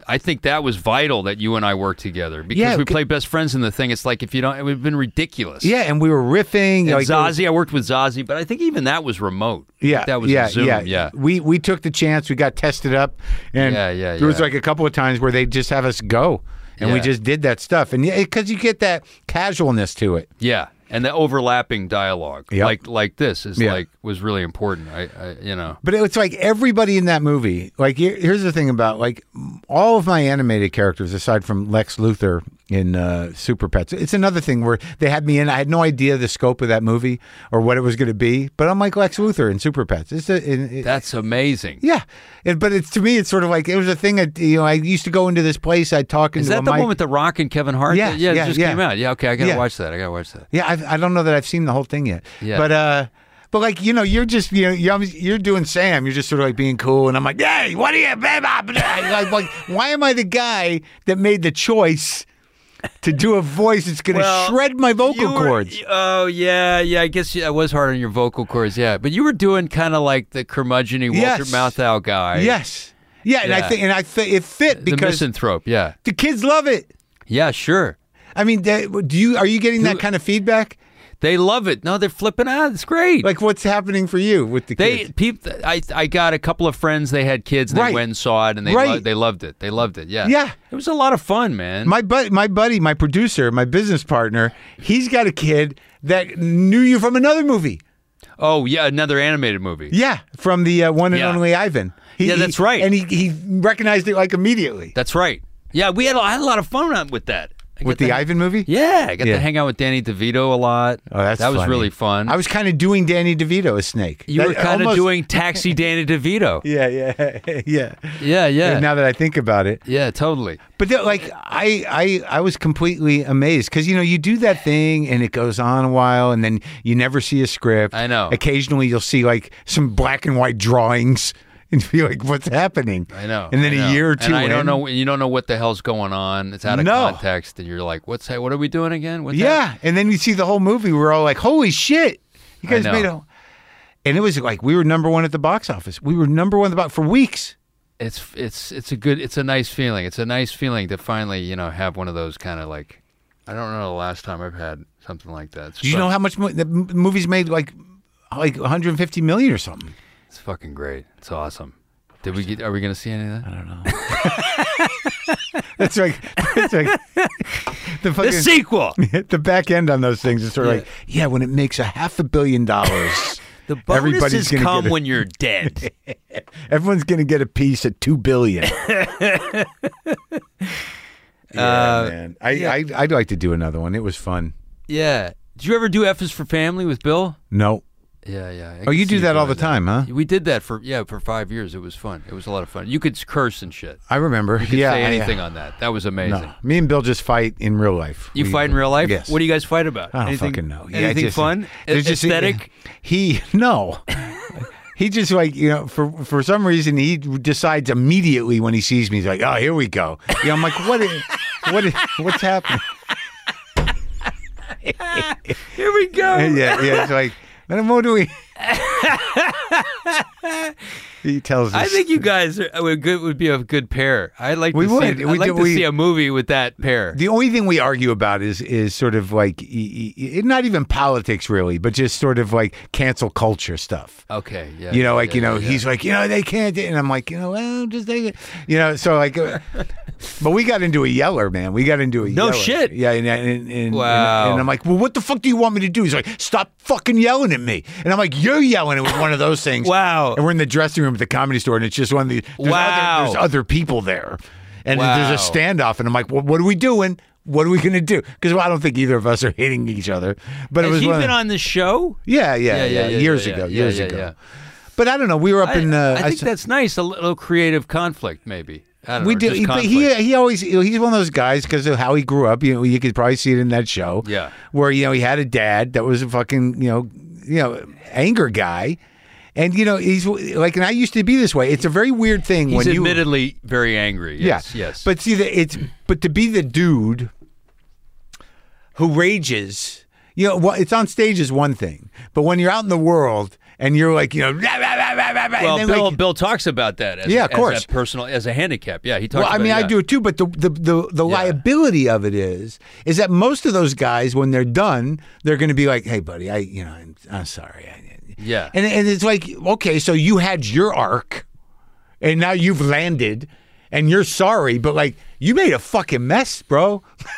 C: I think that was vital that you and I worked together because
A: Yeah,
C: we
A: c-
C: play best friends in the thing. It's like if you don't, it would have been ridiculous.
A: yeah, and we were riffing.
C: And
A: like,
C: Zazie, I worked with Zazie, but I think even that was remote. I think
A: Yeah,
C: that was
A: yeah,
C: Zoom.
A: yeah,
C: Yeah,
A: We we took the chance. We got tested up, and
C: Yeah, yeah,
A: there was
C: yeah.
A: like a couple of times where they just have us go, and we
C: Yeah.
A: just did that stuff, and because you get that casualness to it.
C: Yeah. and the overlapping dialogue,
A: Yep.
C: like like this, is
A: Yeah.
C: like was really important. I, I you know,
A: But it's like everybody in that movie. Like here- here's the thing about like all of my animated characters, aside from Lex Luthor in uh, Super Pets. It's another thing where they had me in. I had no idea the scope of that movie or what it was going to be. But I'm like Lex Luthor in Super Pets. It's a, it, it-
C: that's amazing.
A: yeah. It, but it's to me, it's sort of like it was a thing that you know. I used to go into this place. I'd talk into
C: Is
A: a
C: that the
A: mic.
C: one with The Rock and Kevin Hart?
A: Yeah,
C: That- yeah,
A: yeah,
C: it just
A: yeah.
C: came out. Yeah, okay, I gotta
A: Yeah.
C: watch that. I gotta watch that.
A: Yeah, I've, I don't know that I've seen the whole thing yet.
C: Yeah.
A: But uh, but like you know, you're just you know, you're, you're doing Sam. You're just sort of like being cool, and I'm like, hey, what are you? blah, blah, blah?" like, like, why am I the guy that made the choice to do a voice that's going to shred my vocal cords?
C: Oh yeah, yeah. I guess I was hard on your vocal cords. Yeah, but you were doing kind of like the curmudgeon Walter
A: Yes.
C: Matthau guy.
A: Yes. Yeah, and I
C: Yeah.
A: think and I th- it fit
C: the
A: because the,
C: misanthrope. Yeah,
A: kids love it.
C: yeah, sure.
A: I mean, they, do you are you getting that kind of feedback?
C: They love it. No, they're flipping out. It's great.
A: Like, what's happening for you with the
C: They
A: kids?
C: peep. I I got a couple of friends. They had kids. And
A: Right.
C: They went and saw it, and they lo-
A: Right.
C: they loved it. They loved it. Yeah.
A: Yeah.
C: It was a lot of fun, man.
A: My bud, my buddy, my producer, my business partner, he's got a kid that knew you from another movie.
C: oh yeah, another animated movie.
A: Yeah, from the uh, one and
C: Yeah.
A: only Ivan. He-
C: Yeah, that's
A: he-
C: right.
A: And he, he recognized it like immediately
C: That's right. Yeah, we had a, I had a lot of fun on- with that. I
A: with
C: got
A: the
C: to-
A: Ivan movie.
C: Yeah, I got
A: Yeah.
C: to hang out with Danny DeVito a lot.
A: Oh, that's
C: that was
A: funny.
C: really fun.
A: I was kind of doing Danny DeVito a snake.
C: you
A: That-
C: were kind of
A: almost-
C: doing Taxi Danny DeVito.
A: Yeah, yeah, yeah,
C: Yeah, yeah,
A: And Now that I think about it,
C: yeah, totally.
A: But that, like I, I, I was completely amazed because you know you do that thing and it goes on a while and then you never see a script.
C: I know.
A: Occasionally you'll see like some black and white drawings and be like, "What's happening?"
C: I know.
A: And then
C: I
A: a
C: know.
A: year or
C: And
A: two.
C: I don't
A: in-
C: know. You don't know what the hell's going on. It's out of
A: No.
C: context, and you're like, "What's what are we doing again?" What's that?
A: Yeah, and then you see the whole movie. We're all like, "Holy shit!" You
C: I
A: guys
C: know.
A: made a. And it was like we were number one at the box office. We were number one at the box for weeks.
C: it's it's it's a good it's a nice feeling. It's a nice feeling to finally you know have one of those kind of like I don't know the last time I've had something like that. It's
A: Do you know how much mo- the m- movies made? Like, like 150 million or something.
C: It's fucking great. It's awesome. Did we get? Are we gonna see any of that? I don't know.
A: That's like, that's like the fucking.
C: sequel.
A: the back end on those things is sort of like, yeah, when it makes a half a billion dollars,
C: The
A: everybody's
C: bonuses
A: gonna
C: come
A: get a,
C: when you're dead.
A: everyone's going to get a piece at two billion. yeah, man. I, I I'd like to do another one. It was fun.
C: yeah. Did you ever do F is for Family with Bill?
A: No,
C: Yeah, yeah. I
A: oh,
C: could
A: you
C: see
A: do that all the
C: doing
A: time, huh?
C: We did that for yeah for five years. It was fun. It was a lot of fun. You could curse and shit.
A: I remember.
C: You could
A: yeah,
C: say
A: I-
C: anything on that. That was amazing.
A: no. Me and Bill just fight in real life.
C: You
A: We-
C: fight in real life?
A: Yes.
C: What do you guys fight about?
A: I don't
C: anything,
A: fucking know. Yeah, I
C: anything
A: just-
C: fun? A-
A: there's just-
C: aesthetic?
A: He no. he just like you know for for some reason he decides immediately when he sees me he's like oh here we go. Yeah, I'm like what is, what is, what's happening?
C: Here we go.
A: yeah, yeah. It's like "What more do we? he tells us.
C: I think you guys are, uh, would, good, would be a good pair. I'd like
A: We
C: to
A: would.
C: see.
A: We
C: I'd like
A: do-
C: to
A: we-
C: see a movie with that pair.
A: the only thing we argue about is is sort of like e- e- e- not even politics really, but just sort of like cancel culture stuff.
C: okay. Yeah.
A: you know, like
C: yeah,
A: you know,
C: yeah.
A: he's like, you know, they can't, do-" and I'm like, you know, well, just they, you know, so like, uh, but we got into a yeller, man. We got into a
C: No
A: yeller.
C: shit.
A: yeah, and and, and- and,
C: Wow.
A: and I'm like, well, what the fuck do you want me to do? He's like, stop fucking yelling at me, and I'm like, you're yelling. It was one of those things.
C: Wow.
A: And we're in the dressing room at the comedy store, and it's just one of the there's
C: Wow.
A: Other, there's other people there, and
C: Wow.
A: there's a standoff, and I'm like, well, what are we doing? What are we gonna do? Because well, I don't think either of us are hating each other. But it
C: Has
A: was
C: he
A: one of-
C: been on the show?
A: yeah, yeah,
C: Yeah, yeah,
A: yeah,
C: yeah,
A: years
C: yeah,
A: ago,
C: yeah,
A: years
C: yeah,
A: ago.
C: yeah.
A: But I don't know. We were up
C: I,
A: in. Uh,
C: I think
A: s-
C: that's nice. A little creative conflict, maybe. I don't
A: we
C: know,
A: do,
C: just
A: he- uh, but
C: conflict.
A: he he always he's one of those guys because of how he grew up. You know, you could probably see it in that show.
C: Yeah.
A: where you know he had a dad that was a fucking you know you know anger guy, And you know, he's like, and I used to be this way. It's a very weird thing
C: He's
A: when you
C: admittedly very angry. Yes,
A: yeah.
C: yes.
A: But see, the, it's but to be the dude who rages, you know, well, it's on stage is one thing, but when you're out in the world and you're like, you know, rah, rah, rah, rah, rah, rah, and
C: well,
A: then,
C: Bill
A: like-
C: Bill talks about that. As,
A: Yeah, of
C: as
A: course.
C: a personal as a handicap. Yeah, he talks.
A: well, I
C: about-
A: mean, I
C: yeah.
A: do it too, but the the the, the liability of it is is that most of those guys, when they're done, they're going to be like, "Hey, buddy, I you know, I'm, I'm sorry." I,
C: Yeah.
A: and and it's like, okay, so you had your arc, and now you've landed, and you're sorry, but like you made a fucking mess, bro.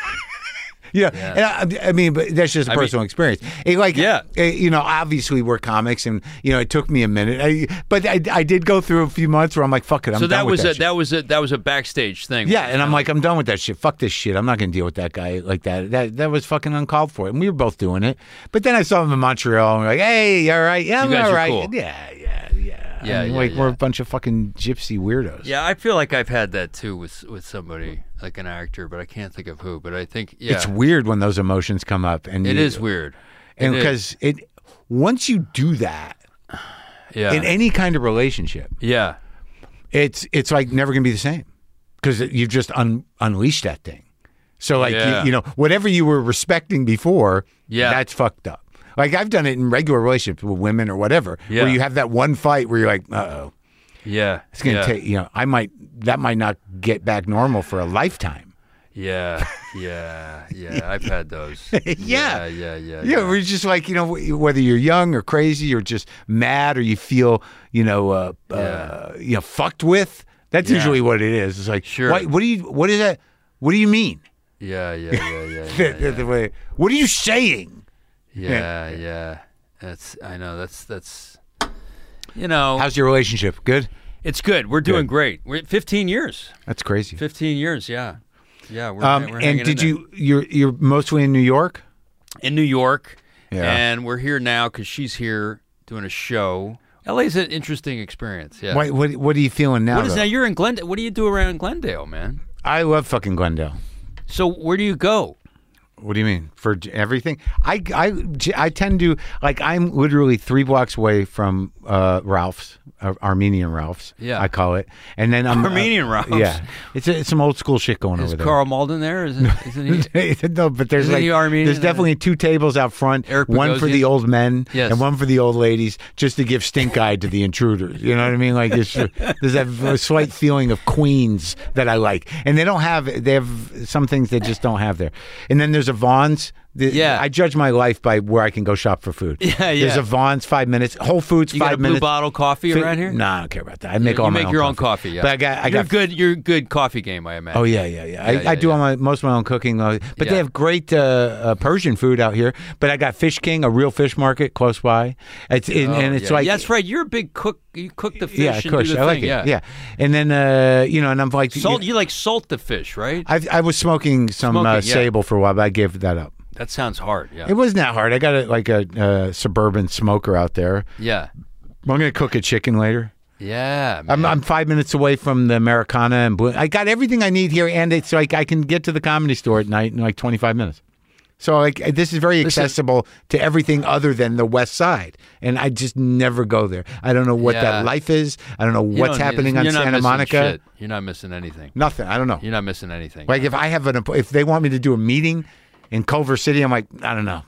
A: You know, and I, I mean, but that's just a personal experience. It, like,
C: Yeah.
A: it- you know, obviously we're comics, and you know, it took me a minute, I, but I, I did go through a few months where I'm like, fuck it, I'm
C: So
A: done
C: that
A: with
C: was
A: that
C: a
A: shit.
C: that was a that was a backstage thing.
A: Yeah, and I'm like, I'm done with that shit. Fuck this shit. I'm not gonna deal with that guy like that. That that was fucking uncalled for. And we were both doing it. But then I saw him in Montreal, and we're like, hey, all right, yeah, I'm
C: guys
A: all
C: are
A: right,
C: cool.
A: yeah, yeah, yeah.
C: Yeah,
A: I mean,
C: yeah,
A: like we're
C: yeah.
A: a bunch of fucking gypsy weirdos.
C: Yeah, I feel like I've had that too with with somebody like an actor, but I can't think of who. But I think yeah,
A: It's weird when those emotions come up, and
C: it
A: you-
C: is weird.
A: and
C: It is.
A: because it once you do that
C: yeah,
A: in any kind of relationship,
C: yeah,
A: it's it's like never gonna be the same because you've just un, unleashed that thing. So like
C: Yeah.
A: you, you know whatever you were respecting before,
C: Yeah.
A: that's fucked up. Like I've done it in regular relationships with women or whatever,
C: Yeah.
A: where you have that one fight where you're like, uh oh,
C: yeah.
A: it's gonna
C: yeah,
A: take you know I might that might not get back normal for a lifetime.
C: Yeah, yeah, yeah. I've had those.
A: Yeah.
C: yeah, yeah, yeah.
A: Yeah,
C: yeah.
A: we're just like you know wh- whether you're young or crazy or just mad or you feel you know uh, uh, you know fucked with. That's
C: Yeah.
A: usually what it is. It's like
C: Sure.
A: why- what do you what is that? What do you mean?
C: Yeah, yeah, yeah, yeah,
A: the,
C: yeah,
A: the- the way- What are you saying?
C: yeah, yeah. That's I know. That's that's. You know,
A: How's your relationship? Good.
C: it's good. We're doing great. We're 15 years.
A: That's crazy.
C: 15 years. Yeah, yeah. We're,
A: Um,
C: we're hanging
A: and
C: in
A: did
C: there.
A: you? You're you're mostly in New York.
C: in New York,
A: Yeah.
C: and we're here now because she's here doing a show. LA's an interesting experience. Yeah.
A: Why, what What are you feeling now?
C: what is
A: though?
C: now? You're in Glendale. What do you do around Glendale, man?
A: I love fucking Glendale.
C: So where do you go?
A: What do you mean for j- everything? I, I, j- I tend to like I'm literally three blocks away from uh, Ralph's, uh, Armenian Ralph's.
C: Yeah.
A: I call it, and then I'm uh,
C: Armenian Ralph's?
A: Yeah, it's, it's some old school shit going
C: Is
A: over there.
C: Carl Malden there? Isn't, isn't he?
A: no, but there's
C: Isn't
A: like
C: he Armenian?
A: there's definitely two tables out front,
C: Eric
A: one for
C: Bogosian?
A: the old men
C: Yes.
A: and one for the old ladies, just to give stink eye to the intruders. You know what I mean? Like it's, there's that v- slight feeling of Queens that I like, and they don't have they have some things they just don't have there. And then there's a Vaughn's. The-
C: Yeah.
A: I judge my life by where I can go shop for food.
C: Yeah,
A: There's
C: yeah.
A: a Vaughn's five minutes, Whole Foods
C: You
A: five
C: got a blue
A: minutes.
C: bottle coffee around here?
A: No, I don't care about that. I make
C: you
A: all my
C: make
A: own
C: your own
A: coffee.
C: coffee. Yeah.
A: But I got I
C: you're
A: got
C: good. You're good coffee game. I imagine.
A: Oh yeah, yeah, yeah. I,
C: Yeah,
A: I
C: yeah,
A: do all my
C: yeah.
A: most of my own cooking, uh, but they
C: Yeah.
A: have great uh, uh, Persian food out here. But I got Fish King, a real fish market close by. It's and, and it's
C: Oh, yeah.
A: like
C: Yeah, that's right. You're a big cook. You cook the fish.
A: yeah,
C: and
A: of course,
C: do the
A: I like
C: thing.
A: it.
C: Yeah.
A: Yeah, and then uh, you know, and I'm like,
C: Salt. You like salt the fish, right?
A: I, I was smoking some
C: Smoking,
A: uh,
C: yeah.
A: sable for a while, but I gave that up.
C: that sounds hard. Yeah.
A: It wasn't that hard. I got a, like a uh, suburban smoker out there.
C: yeah.
A: I'm gonna cook a chicken later.
C: Yeah.
A: I'm,
C: man.
A: I'm five minutes away from the Americana, and Blue. I got everything I need here, and it's like I can get to the comedy store at night in like 25 minutes. So like uh, this is very
C: Listen-
A: accessible to everything other than the West Side, and I just never go there. I don't know what
C: Yeah.
A: that life is. I don't know
C: You
A: what's
C: don't-
A: happening on
C: you're not
A: Santa
C: missing
A: Monica.
C: shit. You're not missing anything.
A: Nothing. I don't know.
C: You're not missing anything.
A: Like if I have an app- if they want me to do a meeting in Culver City, I'm like I don't know.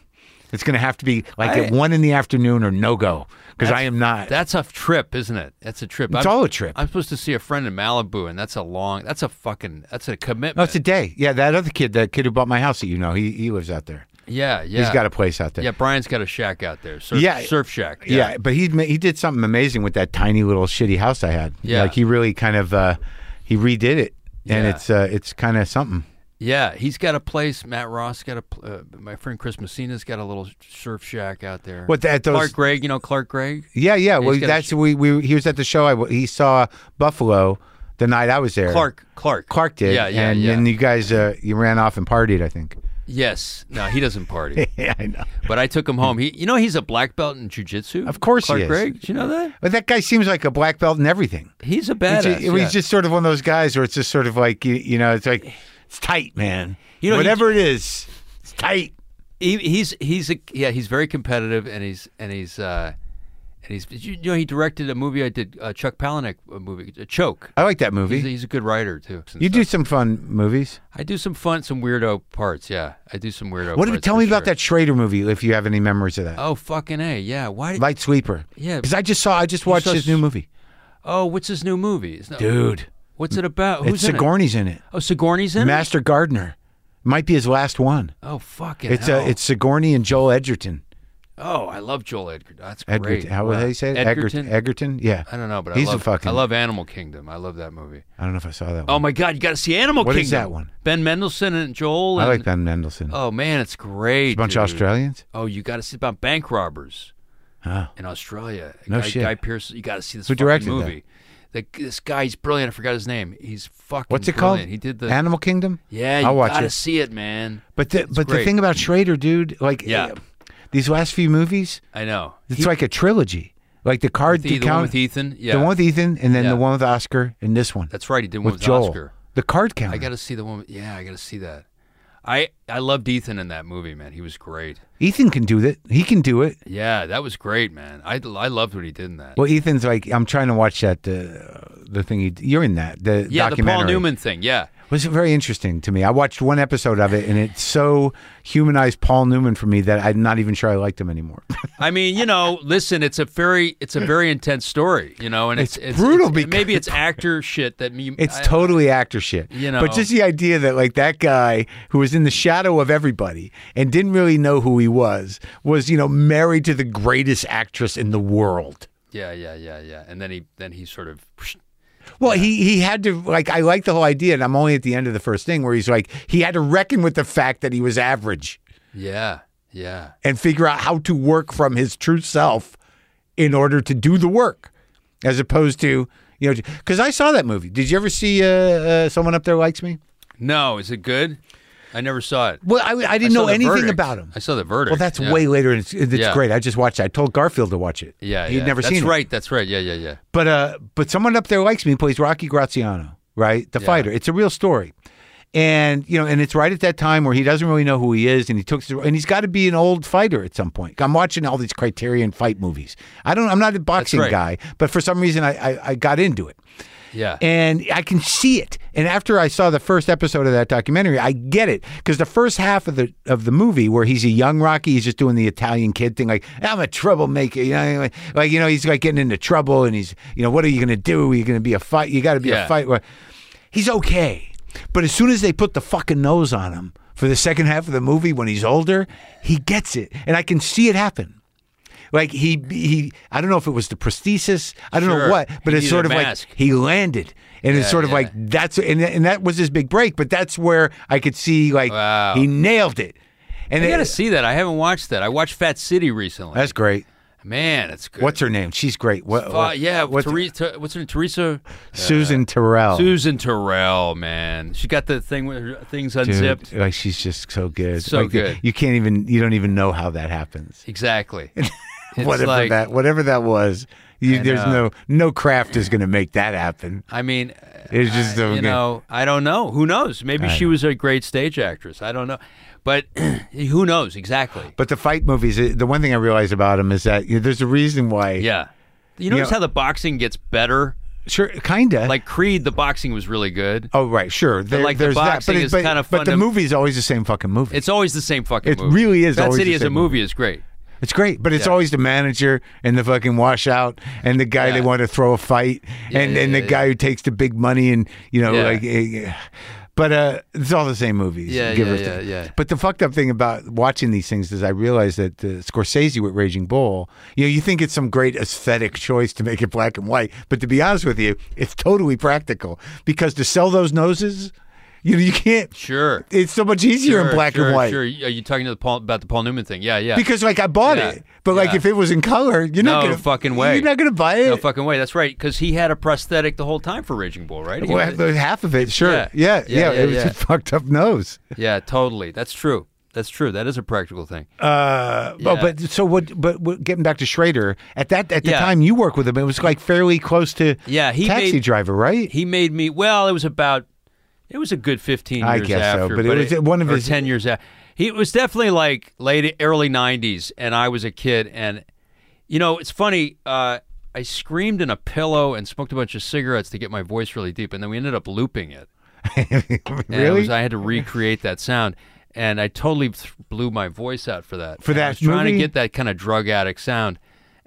A: It's going to have to be like
C: I-
A: at one in the afternoon or no go because I am not.
C: that's a trip, isn't it? That's a trip.
A: It's all a trip.
C: I'm supposed to see a friend in Malibu, and that's a long. That's a fucking. That's a commitment.
A: no, it's a day. Yeah, that other kid, that kid who bought my house, that you know, he he lives out there.
C: yeah, yeah.
A: He's got a place out there.
C: Yeah, Brian's got a shack out there. Surf,
A: Yeah.
C: surf shack.
A: Yeah, but he ma- he did something amazing with that tiny little shitty house I had.
C: Yeah.
A: like he really kind of uh, he redid it, and
C: Yeah.
A: it's uh, it's kind of something.
C: yeah. He's got a place. Matt Ross got a. pl- Uh, my friend Chris Messina's got a little surf shack out there.
A: What that those?
C: Clark Gregg, you know Clark Gregg.
A: yeah, yeah. Well,
C: he's got a
A: that's
C: sh-
A: we we he was at the show. I w- he saw Buffalo the night I was there.
C: Clark, Clark,
A: Clark did.
C: Yeah, yeah,
A: and,
C: yeah.
A: And you guys uh, you ran off and partied. I think.
C: yes. No, he doesn't party.
A: yeah, I know.
C: but I took him home. He, you know, he's a black belt in jujitsu.
A: Of course he
C: Clark
A: is.
C: Gregg. Did you know that?
A: But that guy seems like a black belt in everything.
C: He's a
A: It's-
C: badass.
A: it was
C: yeah.
A: just sort of one of those guys where it's just sort of like you, you know, it's like it's tight, man.
C: You know, he-
A: whatever it is, it's tight.
C: he, he's he's a yeah he's very competitive and he's and he's uh And he's did you, you know he directed a movie I did uh, Chuck Palahniuk a movie uh, Choke.
A: I like that movie.
C: He's, he's a good writer too. and
A: you do
C: stuff.
A: some fun movies.
C: I do some fun, some weirdo parts. Yeah, I do some weirdo.
A: What? Did,
C: parts
A: tell
C: for
A: me about
C: sure.
A: that Schrader movie if you have any memories of that.
C: Oh fucking a yeah. Why? Did,
A: Light Sweeper.
C: Yeah.
A: Because I just saw. I just watched
C: saw
A: his new
C: s-
A: movie.
C: oh, what's his new movie? It's not-
A: Dude.
C: what's it about? Who's
A: it's
C: in
A: Sigourney's in it.
C: It? Oh, Sigourney's in
A: Master Gardener. Might be his last one.
C: it. Oh fucking.
A: It's
C: hell.
A: uh, it's Sigourney and Joel Edgerton.
C: Oh, I love Joel Edgerton. That's great.
A: Edgerton. How would
C: Wow.
A: they say it?
C: Edgerton.
A: Edgerton. Yeah.
C: I don't know, but
A: he's
C: I love
A: a fucking.
C: I love Animal Kingdom. I love that movie.
A: I don't know if I saw that.
C: Oh
A: one.
C: my God, you got to see Animal
A: What
C: Kingdom.
A: is that one?
C: Ben Mendelsohn and Joel.
A: I
C: and-
A: like Ben Mendelsohn.
C: Oh man, it's great.
A: a bunch
C: dude.
A: of Australians.
C: Oh, you got to see about bank robbers
A: Huh.
C: in Australia.
A: No
C: guy,
A: shit.
C: Guy Pearce. You got to see this
A: Who
C: fucking
A: directed that?
C: movie. The, this guy's brilliant. I forgot his name. He's fucking.
A: What's it
C: brilliant.
A: called?
C: He did the.
A: Animal Kingdom.
C: yeah, you
A: I'll watch
C: gotta
A: it.
C: see it, man.
A: But the, but the
C: great.
A: thing about Schrader, dude, like eh,
C: Yeah.
A: these last few movies,
C: I know.
A: it's like a trilogy. Like the card
C: The, the
A: count,
C: one with Ethan. Yeah,
A: the one with Ethan, and then
C: Yeah.
A: the one with Oscar, and this one
C: that's right. He did one
A: with,
C: with
A: Joel.
C: Oscar.
A: The card count.
C: I got to see the one. with- Yeah, I got to see that. I I loved Ethan in that movie, man. He was great.
A: Ethan can do that. He can do it.
C: Yeah, that was great, man. I, I loved what he did in that.
A: Well, Ethan's like, I'm trying to watch that. Uh, the thing he, you're in that the
C: yeah, the
A: documentary
C: Paul Newman thing. Yeah,
A: was very interesting to me. I watched one episode of it, and it so humanized Paul Newman for me that I'm not even sure I liked him anymore.
C: I mean, you know, listen, it's a very it's a very intense story, you know, and it's,
A: It's brutal
C: it's- maybe
A: because-
C: it's actor shit that me.
A: It's
C: I-
A: totally actor shit.
C: You
A: But
C: know.
A: just the idea that like that guy who was in the shadow of everybody and didn't really know who he was was, you know, married to the greatest actress in the world.
C: Yeah, yeah, yeah, yeah. And then he then he sort of
A: Well, he he had to like I like the whole idea and I'm only at the end of the first thing where he's like he had to reckon with the fact that he was average
C: yeah, yeah,
A: and figure out how to work from his true self in order to do the work as opposed to you know, because I saw that movie. Did you ever see uh, uh, someone up there likes me?
C: No, is it good? I never saw it.
A: Well, I, I
C: I
A: didn't
C: saw
A: know
C: the
A: anything
C: verdict.
A: about him.
C: I saw the verdict.
A: Well, that's
C: yeah.
A: way later, and it's, it's
C: Yeah.
A: great. I just watched. It. I told Garfield to watch it.
C: Yeah,
A: he'd
C: yeah.
A: never
C: that's
A: seen it.
C: right, That's right. Yeah, yeah, yeah.
A: But uh, but someone up there likes me. Plays Rocky Graziano, right? The fighter. It's a real story, and you know, and it's right at that time where he doesn't really know who he is, and he took, and he's got to be an old fighter at some point. I'm watching all these Criterion fight movies. I don't. I'm not a boxing
C: right.
A: guy, but for some reason, I, I I got into it,
C: Yeah.
A: and I can see it. And after I saw the first episode of that documentary, I get it because the first half of the of the movie where he's a young Rocky, he's just doing the Italian kid thing, like I'm a troublemaker, you know, like- like you know, he's like getting into trouble, and he's you know, what are you going to do? You're going to be a fight. You got to be a
C: Yeah.
A: fight. Well, He's okay, but as soon as they put the fucking nose on him for the second half of the movie when he's older, he gets it, and I can see it happen. Like he, he, I don't know if it was the prosthesis, I don't know
C: Sure.
A: what, but
C: He
A: it's
C: needed
A: sort
C: a
A: of like
C: mask.
A: he landed and it's
C: Yeah,
A: sort of
C: yeah.
A: like that's and, and that was his big break but that's where i could see like
C: Wow.
A: he nailed it and
C: I
A: it-
C: gotta see that. I haven't watched that. I watched Fat City recently.
A: that's great
C: Man, it's good.
A: what's her name she's great what,
C: Fu-
A: what-
C: yeah,
A: what's-
C: Teresa, what's her name? Teresa
A: susan terrell
C: Susan Terrell, man. She got the thing with her things
A: Dude,
C: unzipped.
A: like she's just so good
C: So
A: Like, you-
C: good.
A: you can't even you don't even know how that happens
C: Exactly. It's
A: whatever
C: like-
A: that whatever that was you, there's no
C: know.
A: no craft is going to make that happen
C: I mean,
A: It's just
C: I-
A: so
C: you
A: good.
C: know, I don't know. Who knows? Maybe she was a great stage actress. I don't know, but who knows exactly?
A: but the fight movies eh, the one thing i realized about him is that you know, there's a reason why
C: Yeah. You notice
A: know-
C: how the boxing gets better?
A: sure kinda
C: Like Creed, the boxing was really good.
A: Oh right, sure. There,
C: like, the
A: there's that, but,
C: boxing
A: it-
C: is
A: but,
C: kinda
A: but
C: fun
A: the
C: to-
A: movie's always the same fucking movie.
C: It's always the same fucking
A: It
C: movie.
A: really is
C: That
A: always
C: City
A: the
C: as a
A: same
C: movie is great.
A: It's great, but it's
C: Yeah.
A: always the manager and the fucking washout and the guy they
C: Yeah.
A: want to throw a fight and,
C: yeah,
A: and the
C: yeah,
A: guy who takes the big money and you know
C: Yeah.
A: like. eh, but uh, it's all the same movies.
C: Yeah,
A: give
C: yeah,
A: or take.
C: yeah, yeah.
A: But the fucked up thing about watching these things is I realized that uh, Scorsese with Raging Bull, you know, you think it's some great aesthetic choice to make it black and white, but to be honest with you, it's totally practical because to sell those noses, you know, you can't.
C: Sure.
A: It's so much easier
C: Sure,
A: in black
C: sure,
A: and white
C: Sure. Are you talking to the Paul, about the Paul Newman thing? Yeah, yeah.
A: because like I bought
C: Yeah.
A: it, but like
C: Yeah.
A: if it was in color, you're not
C: No
A: gonna
C: fucking way.
A: You're not gonna buy it.
C: no fucking way. That's right. Because he had a prosthetic the whole time for Raging Bull, right? He
A: well,
C: was-
A: the- half of it, sure, yeah,
C: Yeah.
A: yeah,
C: Yeah, yeah,
A: it was
C: yeah.
A: a fucked up nose.
C: yeah, totally. That's true. That's true. That is a practical thing.
A: Uh, but,
C: Yeah.
A: but so what? But what, getting back to Schrader, at that at the
C: Yeah.
A: time you worked with him, it was like fairly close to
C: Yeah, he
A: Taxi
C: made-
A: Driver, right?
C: He made me. Well, it was about. It was a good fifteen years
A: I guess so,
C: after,
A: but it was one of
C: or
A: his-
C: ten years after. He it was definitely like late early nineties, and I was a kid, and You know, it's funny. Uh, I screamed in a pillow and smoked a bunch of cigarettes to get my voice really deep, and then we ended up looping it. And it
A: really?
C: was- I had to recreate that sound, and I totally th- blew my voice out for that.
A: For
C: And I
A: that
C: was trying to
A: movie?
C: get that kind of drug addict sound,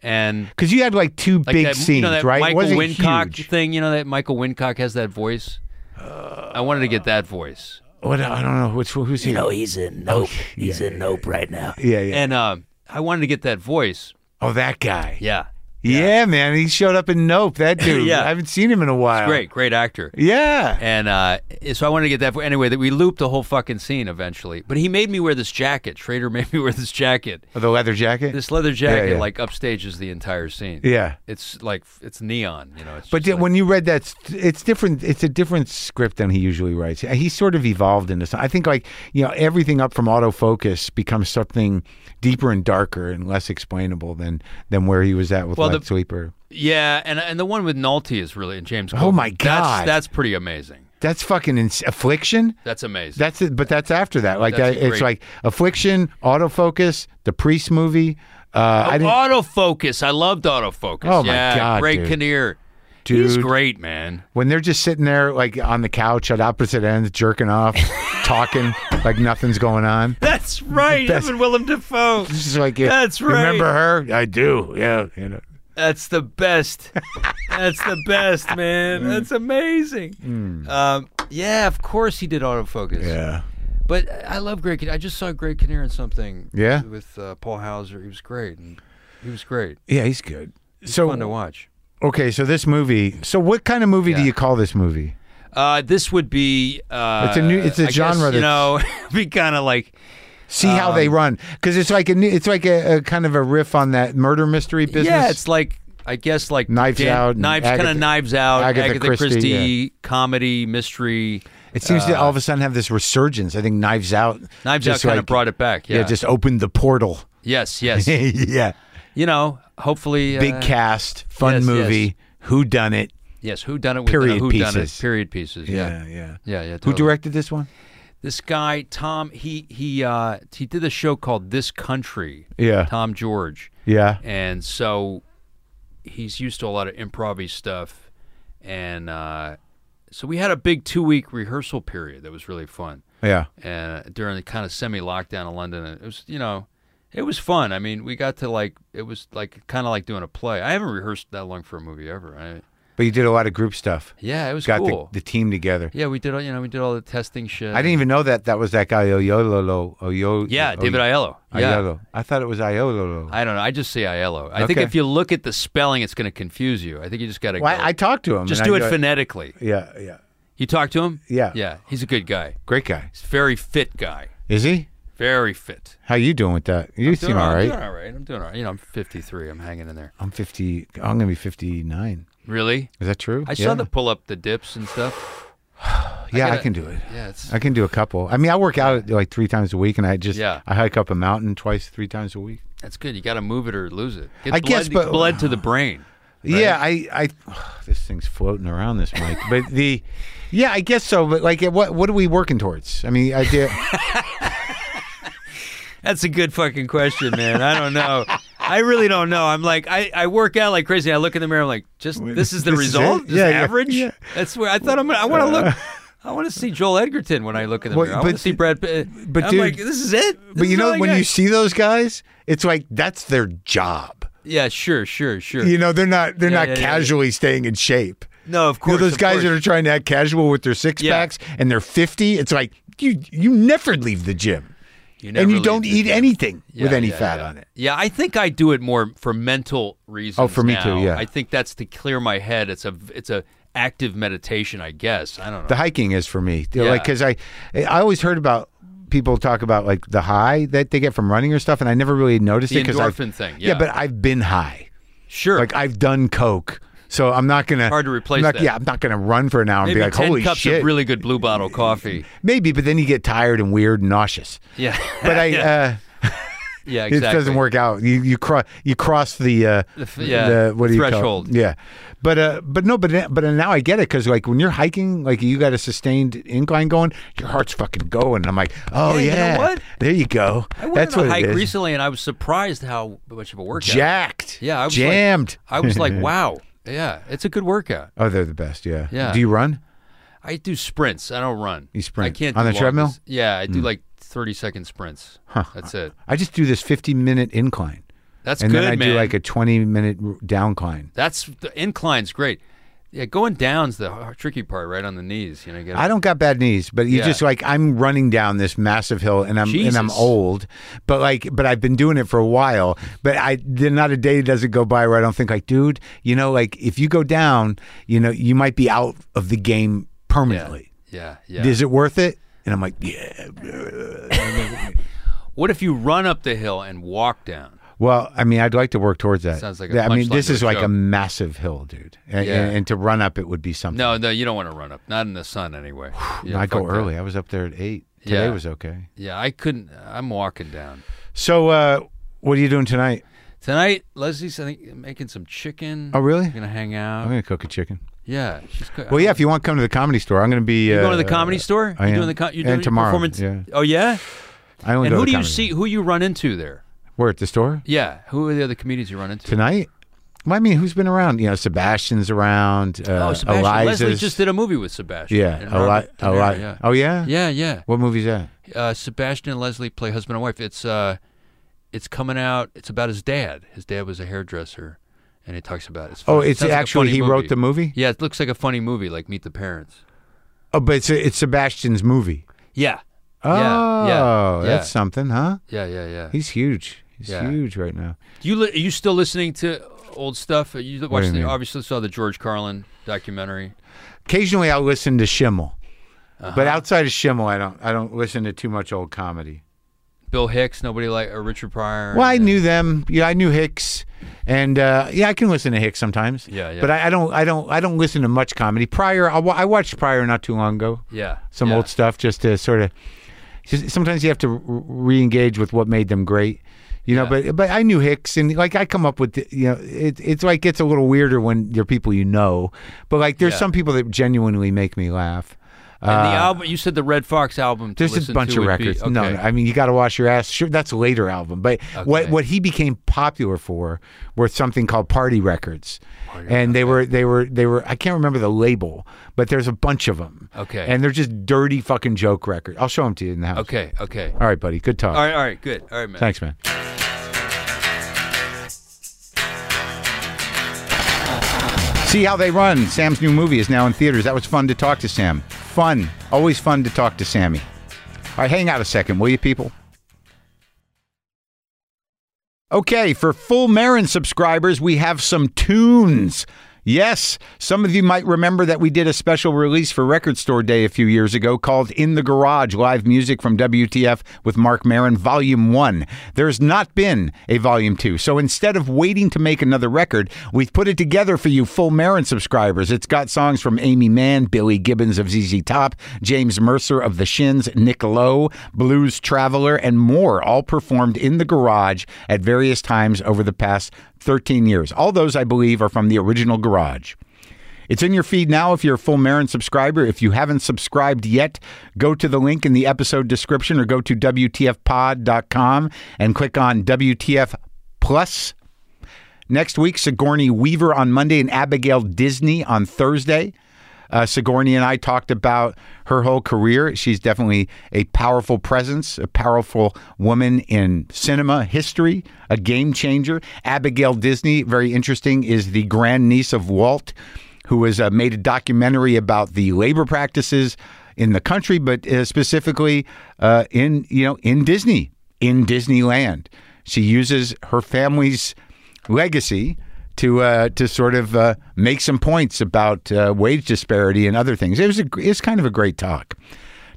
C: and
A: Because you had like two
C: like
A: big
C: that,
A: scenes,
C: you know, that
A: right?
C: Michael
A: Wasn't
C: Wincock
A: huge.
C: thing. You know that Michael Wincock has that voice. I wanted to get that voice,
A: What I don't know which who's here.
E: No, he's in nope. he's in nope right now.
A: yeah, yeah.
C: and uh, I wanted to get that voice.
A: oh, that guy.
C: Yeah,
A: Yeah. man, he showed up in Nope. That dude.
C: Yeah.
A: I haven't seen him in a while.
C: great, great actor.
A: Yeah.
C: And uh, so I wanted to get that. Anyway, that we looped the whole fucking scene eventually. But he made me wear this jacket. Trader made me wear this jacket.
A: Oh, the leather jacket.
C: This leather jacket
A: yeah.
C: like upstages the entire scene.
A: yeah.
C: It's like it's neon, you know. It's
A: But
C: just
A: when you read that, it's different. It's a different script than he usually writes. He sort of evolved into. some- I think like you know everything up from autofocus becomes something deeper and darker and less explainable than than where he was at with
C: Well,
A: well,
C: the-
A: Sleeper.
C: like- yeah, and and the one with Nolte is really and James.
A: Oh, my
C: Coburn. That's-
A: God.
C: that's, pretty amazing.
A: That's fucking ins- affliction.
C: That's amazing.
A: That's it, but that's after that. Like
C: That's
A: that, it's
C: great.
A: like affliction, autofocus, the priest movie. Uh,
C: Oh,
A: I didn't,
C: autofocus. I loved autofocus.
A: Oh, my
C: yeah,
A: God,
C: Ray
A: dude.
C: Kinnear. He's
A: Dude.
C: great, man.
A: when they're just sitting there like on the couch at opposite ends, jerking off, talking like nothing's going on.
C: That's right.
A: That's-
C: Evan Willem Dafoe.
A: It's just like yeah,
C: That's
A: you
C: right.
A: Remember her? I do. Yeah. You know.
C: That's the best. That's the best, man.
A: Mm.
C: That's amazing. Um, yeah, of course he did autofocus.
A: Yeah.
C: But I love Greg. Kinnear. I just saw Greg Kinnear in something.
A: Yeah?
C: With uh, Paul Hauser, he was great. And he was great.
A: Yeah, he's good. so
C: Fun to watch.
A: okay, so this movie. So what kind of movie do
C: Yeah.
A: you call this movie?
C: Uh, this would be. Uh,
A: It's a new- it's a
C: I guess,
A: genre
C: you
A: that's-
C: know, be kind of like
A: See how
C: Um,
A: they run because it's like a new- it's like a, a kind of a riff on that murder mystery business.
C: yeah, it's like I guess like
A: Knives Out and
C: knives kind of
A: Agatha-
C: knives out,
A: Agatha Christie,
C: comedy mystery.
A: It seems to all of a sudden have this resurgence. I think Knives Out.
C: uh, Knives
A: just
C: Out kind
A: like-
C: of brought it back. Yeah,
A: yeah, just opened the portal.
C: yes, yes.
A: yeah,
C: you know, hopefully
A: big
C: uh,
A: cast, fun
C: yes, yes.
A: movie. Who done it?
C: Yes, who done it? uh,
A: Period
C: who done it?
A: pieces.
C: Period pieces. Yeah,
A: yeah.
C: yeah, yeah.
A: Who
C: totally.
A: directed this one?
C: this guy Tom? He he uh, he did a show called This Country.
A: Yeah.
C: Tom George,
A: Yeah,
C: and so he's used to a lot of improv stuff, and uh, so we had a big two week rehearsal period that was really fun.
A: yeah.
C: uh, during the kind of semi lockdown of London. and It was, you know, it was fun. I mean, we got to like, it was like kind of like doing a play. I haven't rehearsed that long for a movie ever. I,
A: But you did a lot of group stuff.
C: yeah, it was
A: Got
C: cool.
A: the, the team together.
C: yeah, we did all, you know, we did all the testing shit.
A: I didn't even know that that was that guy Oyololo. Oyo,
C: Yeah,
A: Oy-
C: David Aiello. Yeah.
A: Aiello. I thought it was Iololo.
C: I don't know. I just say Aiello. I think
A: Okay.
C: if you look at the spelling, it's going to confuse you. I think you just got to
A: Well, I, I talked to him.
C: just
A: and
C: do
A: I
C: it
A: go-
C: phonetically.
A: Yeah, yeah.
C: You talk to him?
A: Yeah.
C: Yeah. He's a good guy.
A: Great guy.
C: He's a very fit guy.
A: Is he?
C: Very fit.
A: How you doing with that? You seem all
C: I'm
A: right.
C: doing all right. I'm doing all right. You know, I'm 53. I'm hanging in there.
A: I'm 50. I'm going to be 59.
C: Really?
A: Is that true?
C: I
A: yeah.
C: saw the pull up the dips and stuff.
A: Yeah, I,
C: gotta-
A: can do it.
C: Yeah, it's
A: I can do a couple. I mean, I work out like three times a week, and I just
C: Yeah.
A: I hike up a mountain twice, three times a week.
C: that's good. You got to move it or lose it. Get
A: I
C: blood,
A: guess, but-
C: blood to the brain.
A: Yeah, I, I, this thing's floating around this mic, but the, yeah, I guess so. But like, what what are we working towards? I mean, I did.
C: That's a good fucking question, man. I don't know. I really don't know. I'm like, I, I work out like crazy. I look in the mirror. I'm like, just this is the
A: This is
C: result.
A: it?
C: This
A: Yeah, yeah,
C: average.
A: yeah.
C: That's where I thought I'm. Gonna, I want to look. I want to see Joel Edgerton when I look in the
A: Well,
C: mirror. I want to
A: but-
C: see Brad Pitt.
A: but
C: I'm
A: dude-
C: like, this is it. This
A: But you
C: is all
A: know,
C: I
A: when
C: got.
A: you see those guys, it's like that's their job.
C: yeah, sure, sure, sure.
A: You know, they're not they're
C: Yeah,
A: not
C: yeah, yeah, yeah.
A: casually staying in shape.
C: no, of
A: You know,
C: course.
A: those
C: of
A: guys
C: course.
A: that are trying to act casual with their six
C: Yeah.
A: packs and they're fifty. It's like you you never leave the gym and
C: never
A: you
C: leave
A: don't
C: the
A: eat
C: gym.
A: anything with
C: Yeah,
A: any
C: yeah,
A: fat
C: yeah.
A: on it. Oh,
C: Yeah, I think I do it more for mental reasons.
A: for me too,
C: now.
A: yeah.
C: I think that's to clear my head. It's a it's a active meditation, I guess. I don't know.
A: The hiking is for me, They're
C: Yeah.
A: like because I I always heard about people talk about like the high that they get from running or stuff, and I never really noticed
C: The
A: it because
C: endorphin thing,
A: yeah,
C: yeah.
A: but I've been high.
C: sure.
A: Like I've done coke, so I'm not gonna
C: Hard to replace
A: I'm not-
C: that.
A: Yeah, I'm not gonna run for an hour and
C: Maybe
A: be like,
C: ten
A: holy
C: cups
A: shit.
C: of really good blue bottle coffee.
A: Maybe, but then you get tired and weird and nauseous.
C: Yeah.
A: But I, uh,
C: Yeah,
A: It doesn't
C: exactly.
A: work out. You you cross you cross the uh,
C: f- yeah,
A: the- what do you call it?
C: threshold.
A: Yeah, but uh, but no, but but now I get it because like when you're hiking, like you got a sustained incline going, your heart's fucking going. And I'm like, oh
C: Hey, you know
A: yeah,
C: what?
A: there you go.
C: I went
A: That's
C: on a
A: what
C: hike
A: it is.
C: recently, and I was surprised how much of a workout.
A: Jacked.
C: Yeah, I was like-
A: jammed.
C: I was like, wow. Yeah, it's a good workout.
A: oh, they're the best. Yeah.
C: Yeah.
A: Do you run?
C: I do sprints. I don't run.
A: You sprint.
C: I can't
A: On
C: do
A: the
C: long
A: treadmill? Hmm.
C: dis- Yeah, I do like thirty second sprints. That's it.
A: I just do this 50 minute incline,
C: That's
A: and
C: good,
A: then I
C: man.
A: do like a 20 minute r- downcline.
C: That's the incline's great. Yeah, going down's the h- tricky part, right on the knees. You know, get
A: I don't got bad knees, but you
C: Yeah.
A: just like I'm running down this massive hill and I'm and I'm
C: Jesus.
A: old, but like but I've been doing it for a while. But I there not a day doesn't go by where I don't think like, dude, you know, like if you go down, you know, you might be out of the game permanently.
C: Yeah, yeah.
A: Is it worth it? And I'm like, yeah.
C: what if you run up the hill and walk down?
A: Well, I mean, I'd like to work towards that.
C: Sounds like a
A: Yeah, I mean,
C: punchline
A: this
C: to
A: is
C: a
A: like a
C: joke.
A: massive hill, dude, and,
C: Yeah.
A: and, and to run up it would be something.
C: No, no, you don't want to run up. Not in the sun, anyway. Yeah,
A: I go
C: fuck that.
A: early. I was up there at eight. Today
C: Yeah.
A: was okay.
C: Yeah, I couldn't. I'm walking down
A: So, uh, what are you doing tonight?
C: tonight. Leslie's I think making some chicken.
A: Oh, really?
C: We're gonna hang
A: I'm
C: out.
A: gonna cook a chicken.
C: Yeah, she's coo-
A: Well, yeah. If you want, come to the comedy store. I'm going to be.
C: You're
A: uh,
C: going to the comedy store?
A: I
C: You're
A: am.
C: doing the co- you're
A: And
C: doing your
A: tomorrow,
C: performance.
A: yeah.
C: Oh yeah.
A: I only
C: And
A: go to
C: who
A: the
C: do you
A: comedy
C: see?
A: store.
C: Who you run into there?
A: We're at the store
C: Yeah. Who are the other comedians you run into?
A: tonight. Well, I mean, who's been around? You know, Sebastian's around. Uh,
C: oh, Sebastian Leslie
A: Eliza's-
C: just did a movie with Sebastian.
A: Yeah,
C: and
A: a lot.
C: Robert De
A: A
C: Niro,
A: lot.
C: Yeah.
A: Oh yeah.
C: Yeah, yeah.
A: What movie's that?
C: Uh, Sebastian and Leslie play husband and wife. It's uh, it's coming out. It's about his dad. His dad was a hairdresser, and he talks about it. It's
A: Oh,
C: funny. It
A: it's
C: sounds like a
A: actually
C: funny
A: he wrote the movie.
C: Yeah, it looks like a funny movie, like Meet the Parents.
A: Oh, but it's it's Sebastian's movie.
C: Yeah,
A: Oh,
C: Yeah, yeah, yeah.
A: that's something, huh?
C: yeah, yeah, yeah.
A: He's huge. He's
C: Yeah.
A: huge right now.
C: Do you li- are you still listening to old stuff? Are You
A: do
C: watched
A: you
C: the,
A: mean?
C: obviously saw the George Carlin documentary.
A: Occasionally, I'll listen to Schimmel,
C: Uh-huh.
A: but outside of Schimmel, I don't. I don't listen to too much old comedy.
C: Bill Hicks, nobody like or Richard Pryor.
A: Well, I
C: and-
A: knew them. Yeah, I knew Hicks, and uh, yeah, I can listen to Hicks sometimes.
C: Yeah, yeah.
A: But I, I don't, I don't, I don't listen to much comedy. Prior, I, wa- I watched Prior not too long ago.
C: Yeah,
A: Some
C: yeah.
A: old stuff just to sort of. Just, sometimes you have to re- re-engage with what made them great, you know. But but I knew Hicks, and like I come up with, the, you know, it, it's like it's a little weirder when they're people you know, but like there's
C: Yeah.
A: some people that genuinely make me laugh.
C: And the album you said the Red Fox album. To
A: Uh, There's
C: listen
A: a bunch
C: to
A: of
C: would be-
A: records. No,
C: okay.
A: no, I mean you got to wash your ass. Sure, that's a later album, but what
C: Okay.
A: what he became popular for were something called Party Records, and they were they were they were I can't remember the label, but there's a bunch of them.
C: Okay.
A: and they're just dirty fucking joke record. I'll show them to you in the house.
C: okay, okay.
A: All right, buddy. Good talk.
C: All right, all right, good. All right, man.
A: Thanks, man. See how they run. Sam's new movie is now in theaters. That was fun to talk to Sam. Fun. Always fun to talk to Sammy. All right, hang out a second, will you, people? Okay, for full Marin subscribers, we have some tunes. Yes, some of you might remember that we did a special release for Record Store Day a few years ago called In the Garage Live Music from WTF with Mark Marin, Volume 1. There's not been a Volume 2, so instead of waiting to make another record, we've put it together for you full Marin subscribers. It's got songs from Amy Mann, Billy Gibbons of ZZ Top, James Mercer of The Shins, Nick Lowe, Blues Traveler, and more, all performed in the garage at various times over the past 13 years. All those, I believe, are from the original garage. It's in your feed now if you're a full Marin subscriber. If you haven't subscribed yet, go to the link in the episode description or go to WTFpod.com and click on WTF Plus. Next week, Sigourney Weaver on Monday and Abigail Disney on Thursday. Uh, Sigourney and I talked about her whole career. She's definitely a powerful presence, a powerful woman in cinema history, a game changer. Abigail Disney, very interesting, is the grandniece of Walt, who has uh, made a documentary about the labor practices in the country, but uh, specifically uh, in you know in Disney, in Disneyland. She uses her family's legacy to uh, to sort of uh, make some points about uh, wage disparity and other things. It was a, gr- it's kind of a great talk.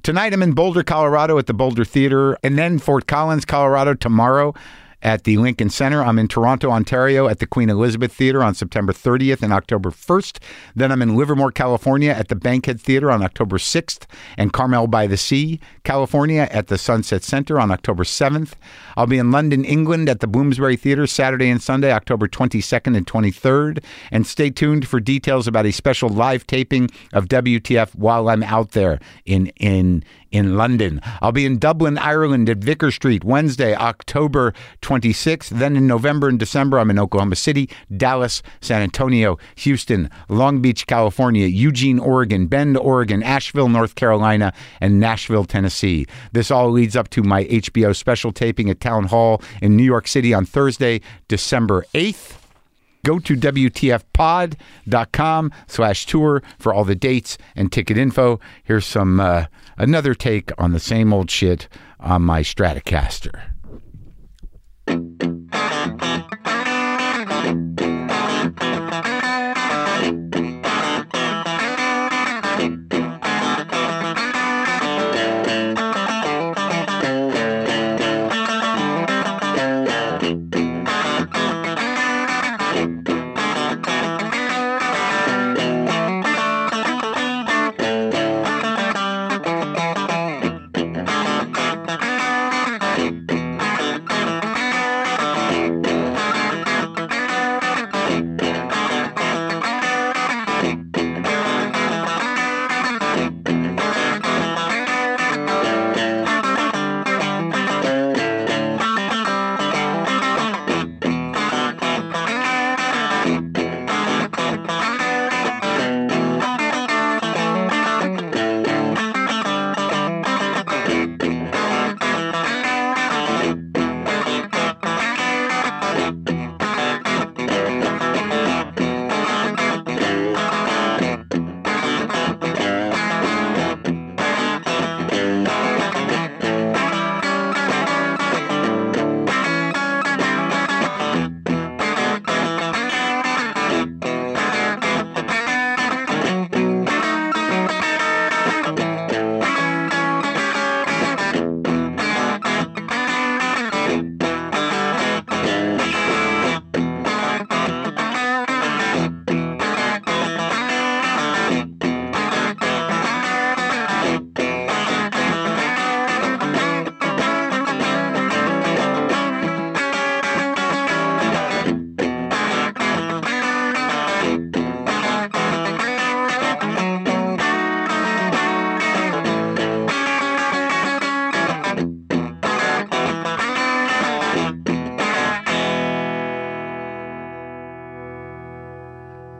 A: Tonight I'm in Boulder, Colorado at the Boulder Theater, and then Fort Collins, Colorado tomorrow. at the Lincoln Center. I'm in Toronto, Ontario at the Queen Elizabeth Theater on September 30th and October 1st. Then I'm in Livermore, California at the Bankhead Theater on October 6th and Carmel by the Sea, California at the Sunset Center on October 7th. I'll be in London, England at the Bloomsbury Theater Saturday and Sunday, October 22nd and 23rd. And stay tuned for details about a special live taping of WTF while I'm out there in in in London. I'll be in Dublin, Ireland at Vicker Street Wednesday, October 26th. Then in November and December, I'm in Oklahoma City, Dallas, San Antonio, Houston, Long Beach, California, Eugene, Oregon, Bend, Oregon, Asheville, North Carolina, and Nashville, Tennessee. This all leads up to my HBO special taping at Town Hall in New York City on Thursday, December 8th. Go to WTFpod.com slash tour for all the dates and ticket info. Here's some uh, another take on the same old shit on my Stratocaster.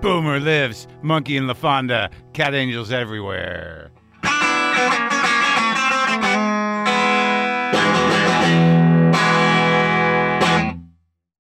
A: Boomer lives, monkey in La Fonda, cat angels everywhere.